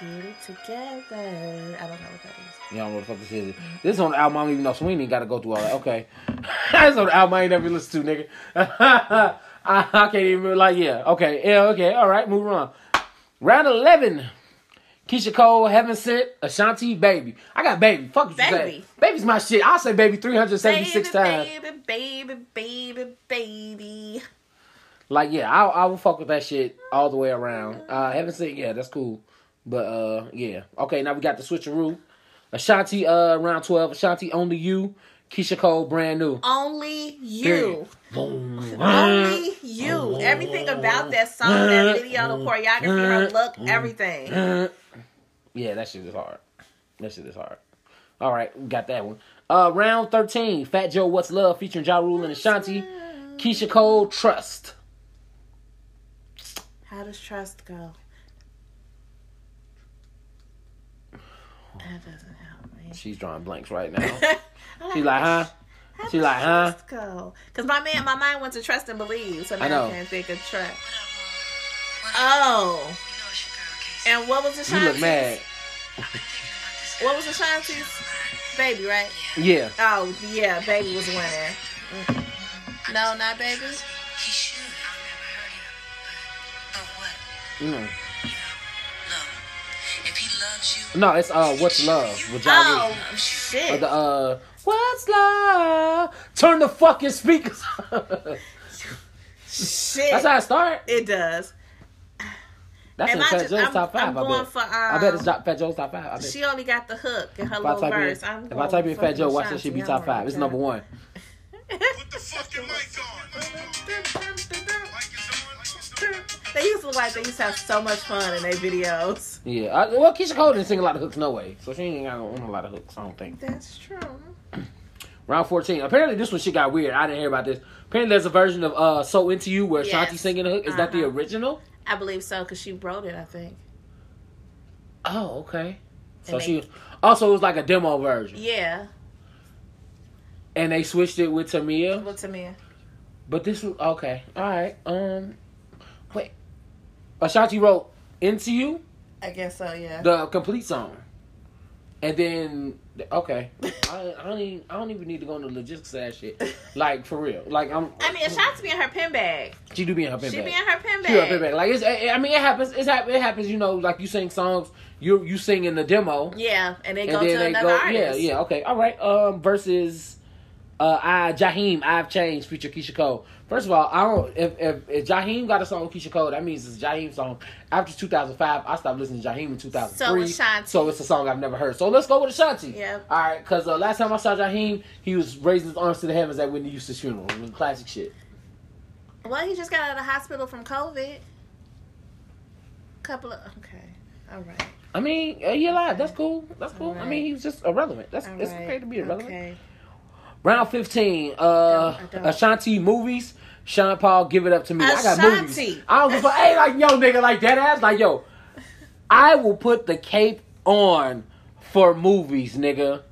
Speaker 5: it together. I don't know what that is.
Speaker 4: You don't know what the fuck this is. This is on the album I don't even know Sweeney got to go through all that. Okay. That's on the album I ain't never listened to, nigga. I, I can't even, remember, like, yeah. Okay. Yeah, okay. All right. Move on. Round 11. Keisha Cole, Heaven Sent, Ashanti, Baby. I got Baby. Fuck what you say.
Speaker 5: Baby.
Speaker 4: Baby's my shit. I'll say Baby 376 times.
Speaker 5: baby, baby, baby, baby.
Speaker 4: Like, yeah, I, I will fuck with that shit all the way around. Uh, Heaven Sent, yeah, that's cool. But, uh, yeah. Okay, now we got the switcheroo. Ashanti, uh, round 12. Ashanti, Only You. Keisha Cole, Brand New.
Speaker 5: Only you.
Speaker 4: Period.
Speaker 5: Only you. Everything about that song,
Speaker 4: Mm-hmm.
Speaker 5: that video, the choreography, her look, everything.
Speaker 4: Yeah, that shit is hard. That shit is hard. All right, we got that one. Uh, round thirteen, Fat Joe, What's Love, featuring Ja Rule and Ashanti, Keisha Cole, Trust.
Speaker 5: How does trust go? That doesn't help me.
Speaker 4: She's drawing blanks right now.
Speaker 5: I'm
Speaker 4: She's like, huh?
Speaker 5: How
Speaker 4: She
Speaker 5: does
Speaker 4: like, huh?
Speaker 5: trust go? Cause my man, my mind went to trust and believe, so now
Speaker 4: I
Speaker 5: I,
Speaker 4: know.
Speaker 5: can't think of trust.
Speaker 1: What up, mom? What up?
Speaker 5: Oh,
Speaker 1: You know it's your girl, Casey.
Speaker 5: and what was the
Speaker 4: You look mad.
Speaker 1: I've been thinking about this.
Speaker 5: What was Ashanti's? Baby, right?
Speaker 4: Yeah,
Speaker 5: Oh, yeah, baby was the winner. Mm. No, not baby.
Speaker 1: He should. I've never heard him. But, but what?
Speaker 4: Mm.
Speaker 1: You know, love. If he loves you,
Speaker 4: no, it's uh, What's Love with Ja Rule.
Speaker 5: Oh shit!
Speaker 4: The uh, What's Love? Turn the fucking speakers. up.
Speaker 5: shit!
Speaker 4: That's how I start.
Speaker 5: it does.
Speaker 4: That's
Speaker 5: Am
Speaker 4: in
Speaker 5: I
Speaker 4: Fat
Speaker 5: just-
Speaker 4: Joe's
Speaker 5: I'm-
Speaker 4: top
Speaker 5: I'm
Speaker 4: 5 I
Speaker 5: going
Speaker 4: bet.
Speaker 5: for,
Speaker 4: I bet it's
Speaker 5: um,
Speaker 4: Jo- Fat Joe's top five. I bet.
Speaker 5: She only got the hook in her
Speaker 4: If I
Speaker 5: little
Speaker 4: type in,
Speaker 5: verse. I'm
Speaker 4: if I
Speaker 5: going
Speaker 4: type in
Speaker 5: for
Speaker 4: Fat Joe, watch that
Speaker 5: Ashanti.
Speaker 4: shit be
Speaker 5: I
Speaker 4: top
Speaker 5: don't
Speaker 4: five. It's
Speaker 5: care.
Speaker 4: number one.
Speaker 6: Put the fucking mic on. Mic is on. Mic is on.
Speaker 5: They used to like they used to have so much fun in their videos.
Speaker 4: Yeah. I, well, Keisha Cole didn't sing a lot of hooks, no way. So she ain't got on a lot of hooks, I don't think.
Speaker 5: That's true.
Speaker 4: Round 14. Apparently, this one shit got weird. I didn't hear about this. Apparently, there's a version of uh, So Into You where
Speaker 5: Yes.
Speaker 4: Shanti singing the hook. Is that the
Speaker 5: Uh-huh.
Speaker 4: original?
Speaker 5: I believe so because she wrote it. I think.
Speaker 4: Oh, okay. So
Speaker 5: And
Speaker 4: she
Speaker 5: they-
Speaker 4: also it was like a demo version,
Speaker 5: Yeah,
Speaker 4: and they switched it with Tamia.
Speaker 5: look to me.
Speaker 4: But this was okay. All right. Um, wait. Ashanti wrote "Into You,"
Speaker 5: I guess so. Yeah.
Speaker 4: the complete song, and then okay. I, I don't even I don't even need to go into logistics of that shit. Like for real. Like I'm.
Speaker 5: I mean, Ashanti be in her pin bag.
Speaker 4: She do be in her pin
Speaker 5: she
Speaker 4: bag.
Speaker 5: be in her pin bag.
Speaker 4: She her pin bag. Like it's. I I mean, it happens. It's hap- It happens. You know, like you sing songs. You you sing in the demo.
Speaker 5: Yeah, and they
Speaker 4: And
Speaker 5: go
Speaker 4: then
Speaker 5: to
Speaker 4: they
Speaker 5: another
Speaker 4: go,
Speaker 5: artist.
Speaker 4: yeah, yeah, okay, all right. Um, versus, uh, I Jaheim, I've changed, feature Keisha Cole. First of all, I don't. If if, if Jaheim got a song with Keisha Cole, that means it's a Jaheim song. After 2005, I stopped listening to Jaheim in 2003.
Speaker 5: So it's Shanti.
Speaker 4: So it's a song I've never heard. So let's go with Ashanti.
Speaker 5: Yeah.
Speaker 4: All right, because uh, last time I saw Jaheim, he was raising his arms to the heavens at Whitney Houston's funeral. It was classic shit.
Speaker 5: Well, he just got out of the hospital from COVID. Couple of okay, all right,
Speaker 4: I mean, uh, he alive. That's cool. That's cool. I
Speaker 5: Alright.
Speaker 4: mean, he was just irrelevant. That's
Speaker 5: all right.
Speaker 4: it's okay to be irrelevant.
Speaker 5: Okay.
Speaker 4: Round 15, uh,
Speaker 5: I don't- I don't.
Speaker 4: Ashanti movies. Sean Paul, give it up to me. I got
Speaker 5: Ashanti.
Speaker 4: movies. I don't give a Hey, like, yo, nigga, like that ass. Like, yo, I will put the cape on for movies, nigga.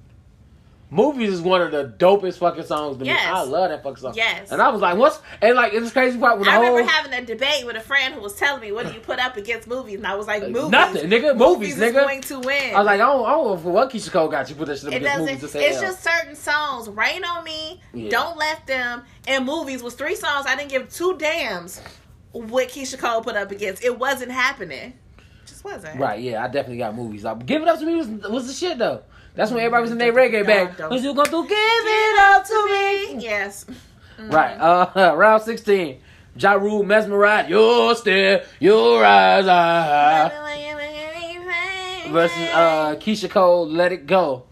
Speaker 4: Movies is one of the dopest fucking songs to
Speaker 5: Yes.
Speaker 4: me. I love that fucking song.
Speaker 5: Yes.
Speaker 4: And I was like, what's. And, like, it's crazy part with the
Speaker 5: I
Speaker 4: whole.
Speaker 5: remember having a debate with a friend who was telling me, "What do you put up against movies?" And I was like, "Movies,
Speaker 4: Nothing, nigga. Movies,
Speaker 5: Movies is
Speaker 4: nigga.
Speaker 5: going to win."
Speaker 4: I was like, I don't, I don't know for what Keisha Cole got you put that shit up
Speaker 5: It
Speaker 4: against
Speaker 5: doesn't.
Speaker 4: movies to
Speaker 5: It's
Speaker 4: say hell.
Speaker 5: just certain songs. Rain on me.
Speaker 4: Yeah.
Speaker 5: Don't let them. And movies was three songs. I didn't give two damns what Keisha Cole put up against. It wasn't happening. just wasn't.
Speaker 4: Right, yeah, I definitely got movies. I, give it up to me was, was the shit though. That's when everybody was in their reggae bag.
Speaker 5: Mm-hmm. Don't-
Speaker 4: Cause you gonna do give it up to me.
Speaker 5: Yes. Mm-hmm.
Speaker 4: Right, uh, round sixteen. Ja Rule mesmerized your stare, your eyes are high. Uh, Versus uh, Keisha Cole, Let It Go.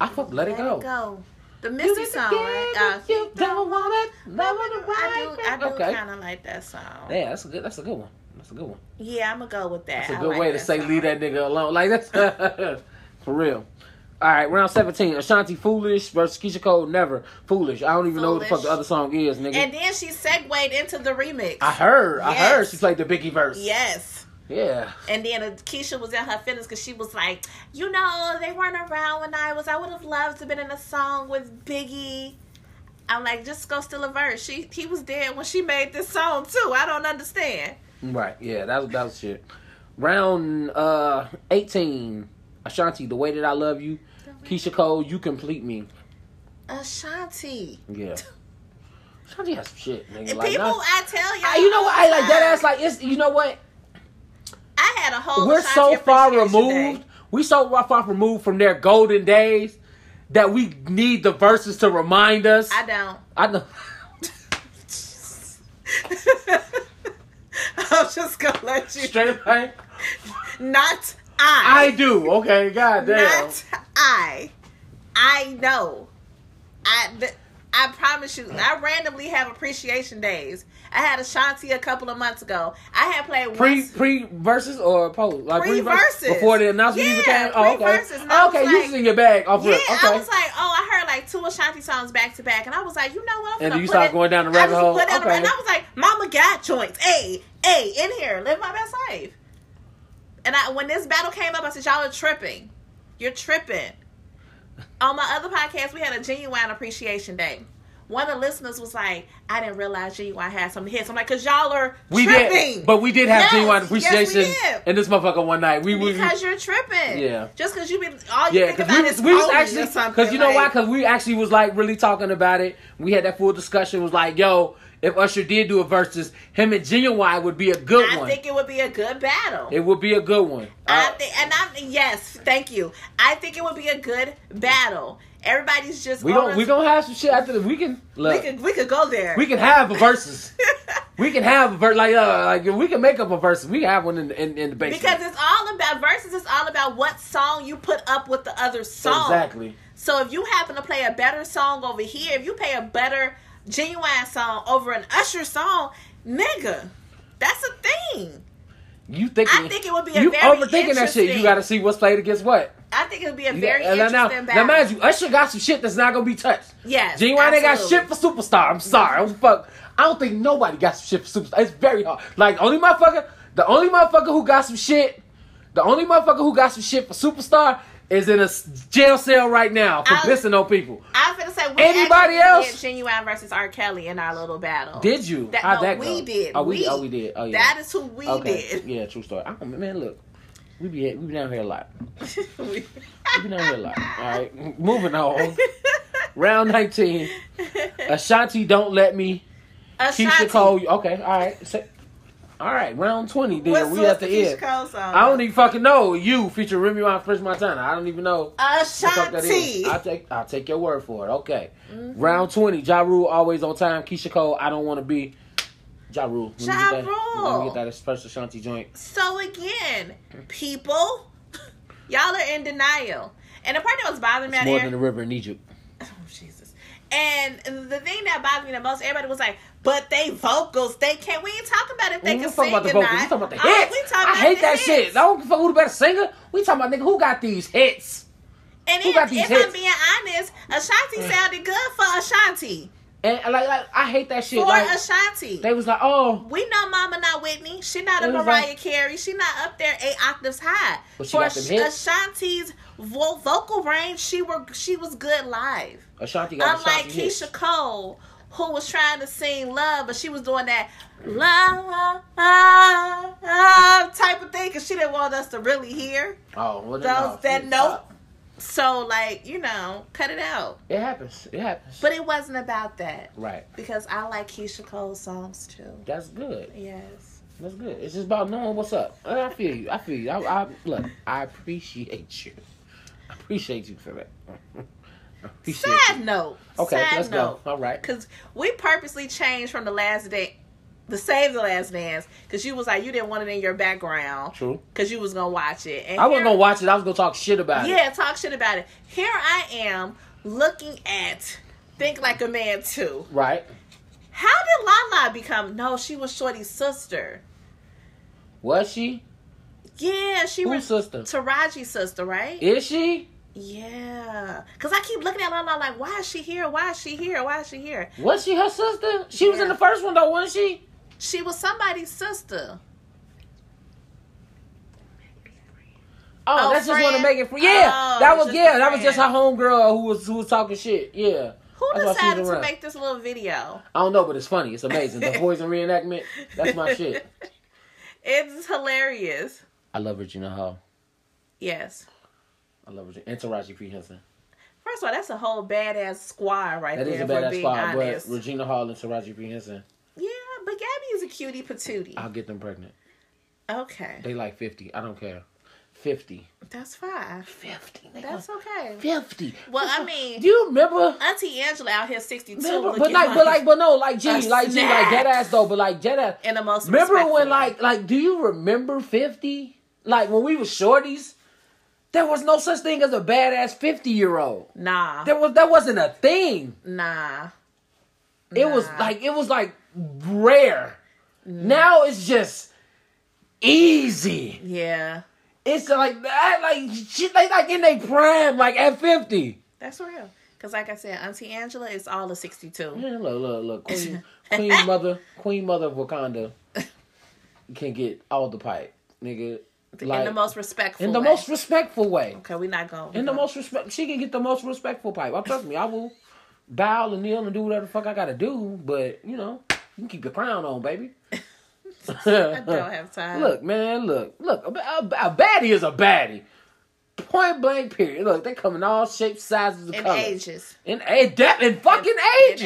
Speaker 4: I fuck Let, It Go.
Speaker 5: The
Speaker 4: You
Speaker 5: Misty
Speaker 4: get
Speaker 5: song,
Speaker 4: together,
Speaker 5: right? Uh,
Speaker 4: you don't want it. Love it
Speaker 5: I do, I do
Speaker 4: okay.
Speaker 5: kind of like that song. Yeah,
Speaker 4: Yeah, that's a good. That's a good one. That's a good one.
Speaker 5: I'm gonna go with that.
Speaker 4: That's a
Speaker 5: I
Speaker 4: good
Speaker 5: like
Speaker 4: way to
Speaker 5: that
Speaker 4: say
Speaker 5: song.
Speaker 4: leave that nigga alone. Like that's for real. All right, round seventeen. Ashanti Foolish versus Keisha Cole Never Foolish. I don't even know what the fuck the
Speaker 5: Foolish.
Speaker 4: other song is, nigga.
Speaker 5: And then she segued into the remix.
Speaker 4: I heard. I heard
Speaker 5: Yes.
Speaker 4: she played the Biggie verse.
Speaker 5: Yes.
Speaker 4: Yeah.
Speaker 5: And then uh, Keisha was in her feelings because she was like, you know, they weren't around when I was. I would have loved to have been in a song with Biggie. I'm like, just go steal a verse. She he was dead when she made this song too. I don't understand.
Speaker 4: Right. Yeah. That was that was shit. Round uh eighteen. Ashanti, the way that I love you. Keisha Cole, you complete me.
Speaker 5: Ashanti.
Speaker 4: Yeah. Ashanti has some shit, nigga.
Speaker 5: And
Speaker 4: Like,
Speaker 5: people,
Speaker 4: not-
Speaker 5: I tell y'all,
Speaker 4: I- you know what? I like that
Speaker 5: all the
Speaker 4: ass. Like it's. You know what?
Speaker 5: time. I had a whole.
Speaker 4: we're
Speaker 5: Ashanti
Speaker 4: so far
Speaker 5: appreciation
Speaker 4: removed.
Speaker 5: day.
Speaker 4: We so far removed from their golden days that we need the verses to remind us.
Speaker 5: I don't.
Speaker 4: I know.
Speaker 5: I'm just gonna let you.
Speaker 4: Straight up,
Speaker 5: Not
Speaker 4: I
Speaker 5: I.
Speaker 4: do. Okay, goddamn.
Speaker 5: Not I. I know. I. Th- I promise you, I randomly have appreciation days. I had Ashanti a couple of months ago. I had played
Speaker 4: Pre
Speaker 5: once-
Speaker 4: pre verses or post like
Speaker 5: Pre
Speaker 4: verse-
Speaker 5: verses.
Speaker 4: before the announcement even
Speaker 5: Yeah,
Speaker 4: came. Oh, okay.
Speaker 5: pre-verses. And I was
Speaker 4: okay, you
Speaker 5: like-
Speaker 4: just in your bag off
Speaker 5: Yeah,
Speaker 4: rip. Okay.
Speaker 5: I was like, oh, I heard like two Ashanti songs back to back, and I was like, you know what? I'm
Speaker 4: And
Speaker 5: gonna
Speaker 4: you
Speaker 5: put
Speaker 4: start
Speaker 5: it-
Speaker 4: going down the
Speaker 5: I
Speaker 4: rabbit
Speaker 5: just
Speaker 4: hole.
Speaker 5: put it down the
Speaker 4: Okay.
Speaker 5: rabbit- and I was like, Mama got joints. Hey, hey, in here, live my best life. And I, when this battle came up, I said, y'all are tripping. You're tripping. On my other podcast, we had a genuine appreciation day. One of the listeners was like, I didn't realize genuine had some hits. I'm like, cause y'all are
Speaker 4: we
Speaker 5: tripping.
Speaker 4: did, but we did have
Speaker 5: Yes,
Speaker 4: genuine
Speaker 5: yes, we
Speaker 4: appreciation
Speaker 5: did.
Speaker 4: in this motherfucker one night. We we-
Speaker 5: because you're tripping.
Speaker 4: Yeah.
Speaker 5: Just because you be all you
Speaker 4: Yeah,
Speaker 5: think
Speaker 4: because
Speaker 5: about
Speaker 4: we,
Speaker 5: is
Speaker 4: was- we was
Speaker 5: Kobe or
Speaker 4: actually
Speaker 5: something,
Speaker 4: because you know why?
Speaker 5: like-
Speaker 4: Because we actually was like really talking about it. We had that full discussion. Was like, yo, if Usher did do a versus, him and Genuine would be a good
Speaker 5: I
Speaker 4: one.
Speaker 5: think it would be a good battle.
Speaker 4: it would be a good one.
Speaker 5: I
Speaker 4: Uh,
Speaker 5: think, and I yes, thank you. I think it would be a good battle. Everybody's just
Speaker 4: we
Speaker 5: on
Speaker 4: don't. We
Speaker 5: us-
Speaker 4: gonna have some shit after this. We can
Speaker 5: we
Speaker 4: look.
Speaker 5: could we could go there.
Speaker 4: We can have a versus. we can have a ver- like uh, like we can make up a versus. We can have one in in, in the basement.
Speaker 5: because it's all about verses. It's all about what song you put up with the other song.
Speaker 4: exactly.
Speaker 5: So if you happen to play a better song over here, if you play a better genuine song over an Usher song, nigga, that's a thing.
Speaker 4: You thinking?
Speaker 5: I think it would be a
Speaker 4: you
Speaker 5: very
Speaker 4: overthinking that shit. You
Speaker 5: interesting-
Speaker 4: got to see what's played against what.
Speaker 5: I think it would be a
Speaker 4: You
Speaker 5: very
Speaker 4: got- and
Speaker 5: interesting
Speaker 4: now, now,
Speaker 5: battle.
Speaker 4: mind you, Usher got some shit that's not gonna be touched.
Speaker 5: yes,
Speaker 4: Genuine ain't got shit
Speaker 5: absolutely.
Speaker 4: for superstar. I'm sorry. I'm fuck. I don't think nobody got some shit for superstar. It's very hard. Like the only motherfucker, the only motherfucker who got some shit, the only motherfucker who got some shit for superstar is in a s- jail cell right now for
Speaker 5: I-
Speaker 4: pissing on people.
Speaker 5: I was gonna say we
Speaker 4: Anybody
Speaker 5: actually
Speaker 4: else?
Speaker 5: did Genuine versus R. Kelly in our little battle.
Speaker 4: Did you?
Speaker 5: That-
Speaker 4: How'd
Speaker 5: no,
Speaker 4: that
Speaker 5: we
Speaker 4: go?
Speaker 5: did.
Speaker 4: Oh, we,
Speaker 5: We-
Speaker 4: oh, we did. Oh, yeah.
Speaker 5: That is who we did.
Speaker 4: Yeah, true story. I don't, man, look, we be we be down here a lot.
Speaker 5: We-
Speaker 4: We be down here a lot. All right, moving on. Round nineteen. Ashanti, don't let me.
Speaker 5: Ashanti.
Speaker 4: Keisha Cole. Okay, all right. Say- all right, round 20, then.
Speaker 5: What's,
Speaker 4: we
Speaker 5: what's
Speaker 4: have
Speaker 5: the
Speaker 4: to
Speaker 5: Keisha
Speaker 4: end.
Speaker 5: Cole song?
Speaker 4: I don't even fucking know. You feature Remy Ma and French Montana. I don't even know. What the fuck that
Speaker 5: Ashanti. Mm-hmm.
Speaker 4: is. I'll take, I'll take your word for it. Okay. Round 20, Ja Rule, always on time. Keisha Cole, I don't want to be. Ja Rule. Let me
Speaker 5: Ja
Speaker 4: get that- Let me
Speaker 5: Rule.
Speaker 4: get that special Ashanti joint.
Speaker 5: So again, people, y'all are in denial. And the part that was bothering me
Speaker 4: It's
Speaker 5: out
Speaker 4: more
Speaker 5: there,
Speaker 4: than the river in Egypt.
Speaker 5: oh Jesus. And the thing that bothered me the most, everybody was like, "But they vocals, they can't." We ain't talking about if they
Speaker 4: we
Speaker 5: can
Speaker 4: ain't
Speaker 5: sing
Speaker 4: talking about the
Speaker 5: or
Speaker 4: vocals. We
Speaker 5: not.
Speaker 4: talking about the
Speaker 5: Oh,
Speaker 4: hits.
Speaker 5: we talking
Speaker 4: I
Speaker 5: about
Speaker 4: hate
Speaker 5: the
Speaker 4: that
Speaker 5: hits.
Speaker 4: shit. I don't give a fuck who the better singer. We talking about nigga who got these hits.
Speaker 5: And
Speaker 4: Who
Speaker 5: if,
Speaker 4: got these
Speaker 5: if
Speaker 4: hits? Mm.
Speaker 5: I'm being honest, Ashanti sounded good for Ashanti.
Speaker 4: And like, like I hate that shit.
Speaker 5: For
Speaker 4: like,
Speaker 5: Ashanti.
Speaker 4: they was like, oh,
Speaker 5: we know Mama not Whitney. She not a
Speaker 4: It was
Speaker 5: Mariah
Speaker 4: like-
Speaker 5: Carey. She not up there eight octaves high.
Speaker 4: But she
Speaker 5: For
Speaker 4: got them hits.
Speaker 5: Ashanti's vo- vocal range, she were she was good live.
Speaker 4: Ashanti got
Speaker 5: Unlike
Speaker 4: Ashanti hits.
Speaker 5: Keisha Cole, who was trying to sing love, but she was doing that love, love, love type of thing because she didn't want us to really hear
Speaker 4: Oh, well,
Speaker 5: those
Speaker 4: no,
Speaker 5: that
Speaker 4: it-
Speaker 5: note. So like you know, cut it out.
Speaker 4: It happens. It happens.
Speaker 5: But it wasn't about that
Speaker 4: right,
Speaker 5: because I like Keisha Cole's songs too.
Speaker 4: that's good.
Speaker 5: Yes.
Speaker 4: That's good. It's just about knowing what's up. And I feel you. I feel you. I, I look. I appreciate you. I appreciate you for that. I appreciate you.
Speaker 5: Side note.
Speaker 4: Okay,
Speaker 5: Side
Speaker 4: let's
Speaker 5: note.
Speaker 4: go. All right.
Speaker 5: Because we purposely changed from the last day, the save the last dance, because you was like you didn't want it in your background,
Speaker 4: True.
Speaker 5: because you was gonna watch it. And
Speaker 4: I wasn't
Speaker 5: here-
Speaker 4: gonna watch it. I was gonna talk shit about it.
Speaker 5: Yeah, talk shit about it. Here I am looking at Think Like a Man too.
Speaker 4: Right.
Speaker 5: How did Lala become? No, she was Shorty's sister.
Speaker 4: Was she?
Speaker 5: Yeah, she
Speaker 4: Who's
Speaker 5: was
Speaker 4: sister?
Speaker 5: Taraji's sister, right?
Speaker 4: Is she?
Speaker 5: yeah. Cause I keep looking at Lala like, why is she here? Why is she here? Why is she here?
Speaker 4: Was she her sister? She was in
Speaker 5: Yeah.
Speaker 4: the first one though, wasn't she?
Speaker 5: She was somebody's sister.
Speaker 4: Oh,
Speaker 5: Oh,
Speaker 4: that's just want to
Speaker 5: friend?
Speaker 4: make it free. Yeah,
Speaker 5: Oh,
Speaker 4: that was
Speaker 5: just
Speaker 4: yeah,
Speaker 5: a
Speaker 4: that was just her
Speaker 5: friend.
Speaker 4: homegirl who was who was talking shit. Yeah,
Speaker 5: Who
Speaker 4: That's why she's
Speaker 5: decided to
Speaker 4: around.
Speaker 5: make this little video?
Speaker 4: I don't know, but it's funny. It's amazing. The poison reenactment. That's my shit.
Speaker 5: It's hilarious.
Speaker 4: I love Regina Hall.
Speaker 5: Yes.
Speaker 4: I love Regina and Taraji P Henson.
Speaker 5: First of all, that's a whole badass squad right
Speaker 4: That
Speaker 5: there.
Speaker 4: is a
Speaker 5: if we're
Speaker 4: badass
Speaker 5: being
Speaker 4: squad, but
Speaker 5: honest.
Speaker 4: Regina Hall and Taraji P Henson.
Speaker 5: Yeah, but Gabby is a cutie patootie.
Speaker 4: I'll get them pregnant.
Speaker 5: okay,
Speaker 4: They like fifty. I don't care. Fifty.
Speaker 5: that's fine.
Speaker 4: Fifty. nigga.
Speaker 5: That's okay.
Speaker 4: fifty.
Speaker 5: Well, I mean,
Speaker 4: Do you remember?
Speaker 5: Auntie Angela out here sixty two,
Speaker 4: Remember,
Speaker 5: looking
Speaker 4: but like, but like, but no, like, G,
Speaker 5: a
Speaker 4: like, G, like,
Speaker 5: snack.
Speaker 4: dead ass though, but like, dead ass.
Speaker 5: in the most.
Speaker 4: Remember
Speaker 5: respectful
Speaker 4: when
Speaker 5: way.
Speaker 4: like like do you remember 50? Like when we were shorties, there was no such thing as a badass 50 year old.
Speaker 5: nah,
Speaker 4: There was that wasn't a thing.
Speaker 5: nah,
Speaker 4: It was
Speaker 5: Nah. Mm.
Speaker 4: like it was like rare. Now it's just easy.
Speaker 5: yeah,
Speaker 4: It's like that like shit like like in their prime, like at 50.
Speaker 5: that's real. Cause like I said, Auntie Angela is all of sixty two.
Speaker 4: Man, look, look, look, Queen Queen Mother Queen Mother of Wakanda can get all the pipe, nigga.
Speaker 5: in
Speaker 4: Like,
Speaker 5: the most respectful.
Speaker 4: in the
Speaker 5: way.
Speaker 4: most respectful way.
Speaker 5: Okay, we're not going.
Speaker 4: In the most respect, she can get the most respectful pipe. I trust me, I will bow and kneel and do whatever the fuck I gotta do. But you know, you can keep your crown on, baby.
Speaker 5: I don't have time.
Speaker 4: Look, man, look, look. A, a, a baddie is a baddie. Point blank. Period. Look, they come in all shapes, sizes, and
Speaker 5: in
Speaker 4: colors.
Speaker 5: ages,
Speaker 4: In a that in fucking ages.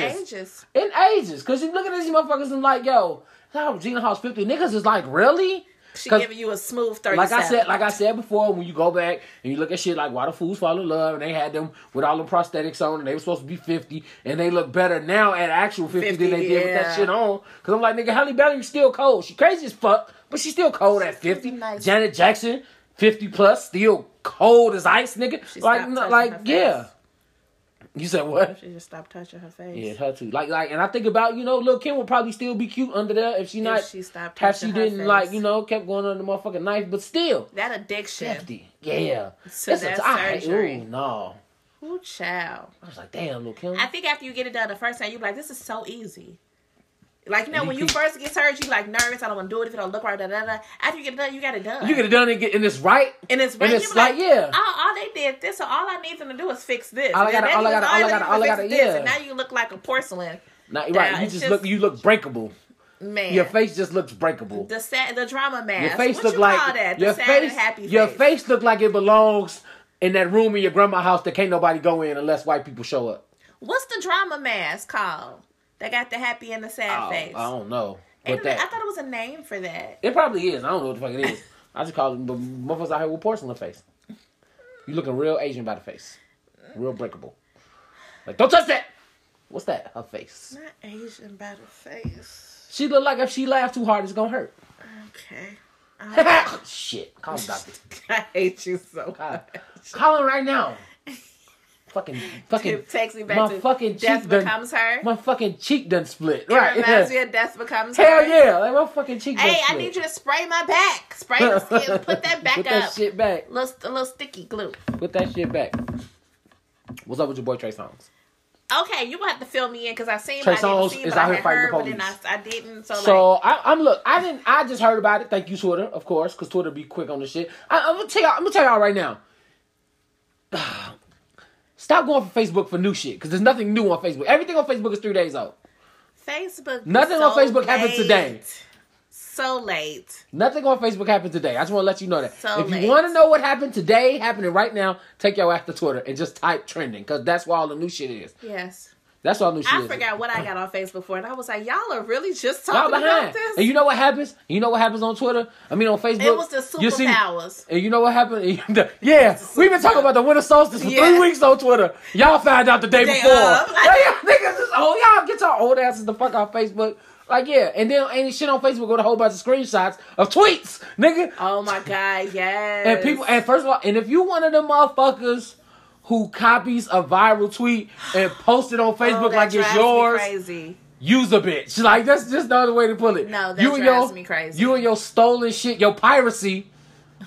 Speaker 5: in
Speaker 4: In,
Speaker 5: ages.
Speaker 4: ages. Cause you look at these motherfuckers and like, yo, how Gina House fifty niggas is like really.
Speaker 5: She
Speaker 4: 'Cause-
Speaker 5: giving you a smooth thirty.
Speaker 4: Like I said, like I said before, when you go back and you look at shit like why the fools fall in love, and they had them with all the prosthetics on, and they were supposed to be fifty, and they look better now at actual fifty, than
Speaker 5: 50,
Speaker 4: they did with that
Speaker 5: yeah.
Speaker 4: shit on. Because I'm like, nigga, Halle Berry's still cold. She crazy as fuck, but she's still cold at fifty.
Speaker 5: nice.
Speaker 4: Janet Jackson, fifty plus, still cold as ice, nigga.
Speaker 5: She
Speaker 4: like,
Speaker 5: stopped
Speaker 4: no,
Speaker 5: touching
Speaker 4: like,
Speaker 5: her face.
Speaker 4: yeah. You said what?
Speaker 5: she just stopped touching her face.
Speaker 4: Yeah, her too. Like, like, and I think about you know, Lil Kim would probably still be cute under there if she not,
Speaker 5: if she stopped
Speaker 4: if
Speaker 5: touching
Speaker 4: she
Speaker 5: her
Speaker 4: didn't
Speaker 5: face.
Speaker 4: like you know, kept going under the motherfucking knife, but still.
Speaker 5: that addiction.
Speaker 4: 50. Yeah.
Speaker 5: So that's
Speaker 4: tie.
Speaker 5: surgery.
Speaker 4: Ooh, no.
Speaker 5: Ooh, child.
Speaker 4: I was like, damn, Lil Kim.
Speaker 5: I think after you get it done the first time, you be like, this is so easy. Like, you know,
Speaker 4: You
Speaker 5: when you
Speaker 4: keep-
Speaker 5: first get surgery, you like nervous. I don't want to do it if it don't look right. Da, da, da. After you get it done, you got it done.
Speaker 4: you get it done and, get, and it's right.
Speaker 5: and it's,
Speaker 4: and
Speaker 5: right,
Speaker 4: it's
Speaker 5: you be
Speaker 4: like, yeah.
Speaker 5: All, all they did this, so all I need them to do is fix this.
Speaker 4: All I
Speaker 5: And
Speaker 4: gotta-
Speaker 5: then
Speaker 4: all I
Speaker 5: you-
Speaker 4: gotta- all I
Speaker 5: you
Speaker 4: gotta-
Speaker 5: need to
Speaker 4: all I
Speaker 5: fix
Speaker 4: gotta-
Speaker 5: is this.
Speaker 4: yeah.
Speaker 5: And now you look like a porcelain
Speaker 4: Now, you're right.
Speaker 5: Nah,
Speaker 4: You
Speaker 5: it's
Speaker 4: just,
Speaker 5: just-
Speaker 4: look, you look breakable.
Speaker 5: man.
Speaker 4: Your face just looks breakable.
Speaker 5: the sad, the drama mask.
Speaker 4: Your face
Speaker 5: what
Speaker 4: look
Speaker 5: you call
Speaker 4: like
Speaker 5: that? The
Speaker 4: your
Speaker 5: sad
Speaker 4: face.
Speaker 5: and happy.
Speaker 4: Your
Speaker 5: face.
Speaker 4: face look like it belongs in that room in your grandma's house that can't nobody go in unless white people show up.
Speaker 5: What's the drama mask called? They got the happy and the sad
Speaker 4: Oh,
Speaker 5: face.
Speaker 4: I don't know.
Speaker 5: Ain't
Speaker 4: But
Speaker 5: it-
Speaker 4: that
Speaker 5: I thought it was a name for that.
Speaker 4: it probably is. I don't know what the fuck it is. I just call it but motherfuckers out here with porcelain face. You looking real Asian by the face, real breakable. Like don't touch that. What's that? Her face.
Speaker 5: Not Asian by the face.
Speaker 4: She look like if she laughs too hard, it's gonna hurt.
Speaker 5: Okay.
Speaker 4: Shit. Call him doctor.
Speaker 5: I hate you so
Speaker 4: Call,
Speaker 5: much.
Speaker 4: call him right now. Fucking fucking
Speaker 5: It takes me back
Speaker 4: my
Speaker 5: to
Speaker 4: fucking
Speaker 5: Death
Speaker 4: cheek
Speaker 5: Becomes
Speaker 4: done,
Speaker 5: Her.
Speaker 4: My fucking cheek done split.
Speaker 5: it
Speaker 4: right.
Speaker 5: reminds
Speaker 4: yeah.
Speaker 5: me of Death Becomes Her.
Speaker 4: Hell yeah. Like my fucking cheek done
Speaker 5: Hey, I
Speaker 4: split.
Speaker 5: need you to spray my back. Spray the skin. Put that back
Speaker 4: Put
Speaker 5: up.
Speaker 4: that shit back.
Speaker 5: Little, a little sticky glue.
Speaker 4: Put that shit back. What's up with your boy Trey Songs?
Speaker 5: Okay, you gonna have to fill me in because I seen
Speaker 4: Trey
Speaker 5: what I didn't
Speaker 4: Songz
Speaker 5: see,
Speaker 4: is
Speaker 5: but
Speaker 4: out
Speaker 5: I
Speaker 4: here
Speaker 5: had
Speaker 4: fighting the
Speaker 5: heard, but then I,
Speaker 4: police.
Speaker 5: I didn't. So, like,
Speaker 4: So I, I'm look. I didn't. I just heard about it. Thank you, Twitter, of course, because Twitter be quick on the shit. I, I'm gonna tell y'all. I'm gonna tell y'all right now. Stop going for Facebook for new shit because there's nothing new on Facebook. Everything on Facebook is three days old.
Speaker 5: Facebook. is
Speaker 4: Nothing on
Speaker 5: so
Speaker 4: Facebook happened today.
Speaker 5: late. So late.
Speaker 4: Nothing on Facebook happened today. I just want to let you know that.
Speaker 5: So
Speaker 4: if you
Speaker 5: late.
Speaker 4: want to know what happened today, happening right now, take your ass to Twitter and just type trending because that's where all the new shit is.
Speaker 5: Yes.
Speaker 4: That's all I knew she
Speaker 5: I
Speaker 4: is.
Speaker 5: forgot what I got on Facebook for, and I was like, y'all are really just
Speaker 4: Y'all
Speaker 5: talking about
Speaker 4: behind.
Speaker 5: this.
Speaker 4: And you know what happens? You know what happens on Twitter? I mean, on Facebook.
Speaker 5: it was the
Speaker 4: You see,
Speaker 5: superpowers.
Speaker 4: and you know what happened? yeah, we've been talking about the winter solstice for
Speaker 5: Yeah.
Speaker 4: three weeks on Twitter. Y'all found out the day
Speaker 5: Day
Speaker 4: before.
Speaker 5: of.
Speaker 4: Yeah, y'all niggas is old. Y'all get your old asses the fuck off Facebook. Like, yeah. And then ain't shit on Facebook with a whole bunch of screenshots of tweets, nigga.
Speaker 5: Oh my god, yes.
Speaker 4: And people, and first of all, and if you one of them motherfuckers who copies a viral tweet and posts it on
Speaker 5: Oh,
Speaker 4: Facebook
Speaker 5: that
Speaker 4: like it's
Speaker 5: drives me
Speaker 4: yours,
Speaker 5: Crazy.
Speaker 4: use a bitch. Like that's just the other way to put it.
Speaker 5: No, that
Speaker 4: and
Speaker 5: drives
Speaker 4: your,
Speaker 5: me crazy.
Speaker 4: You and your stolen shit, your piracy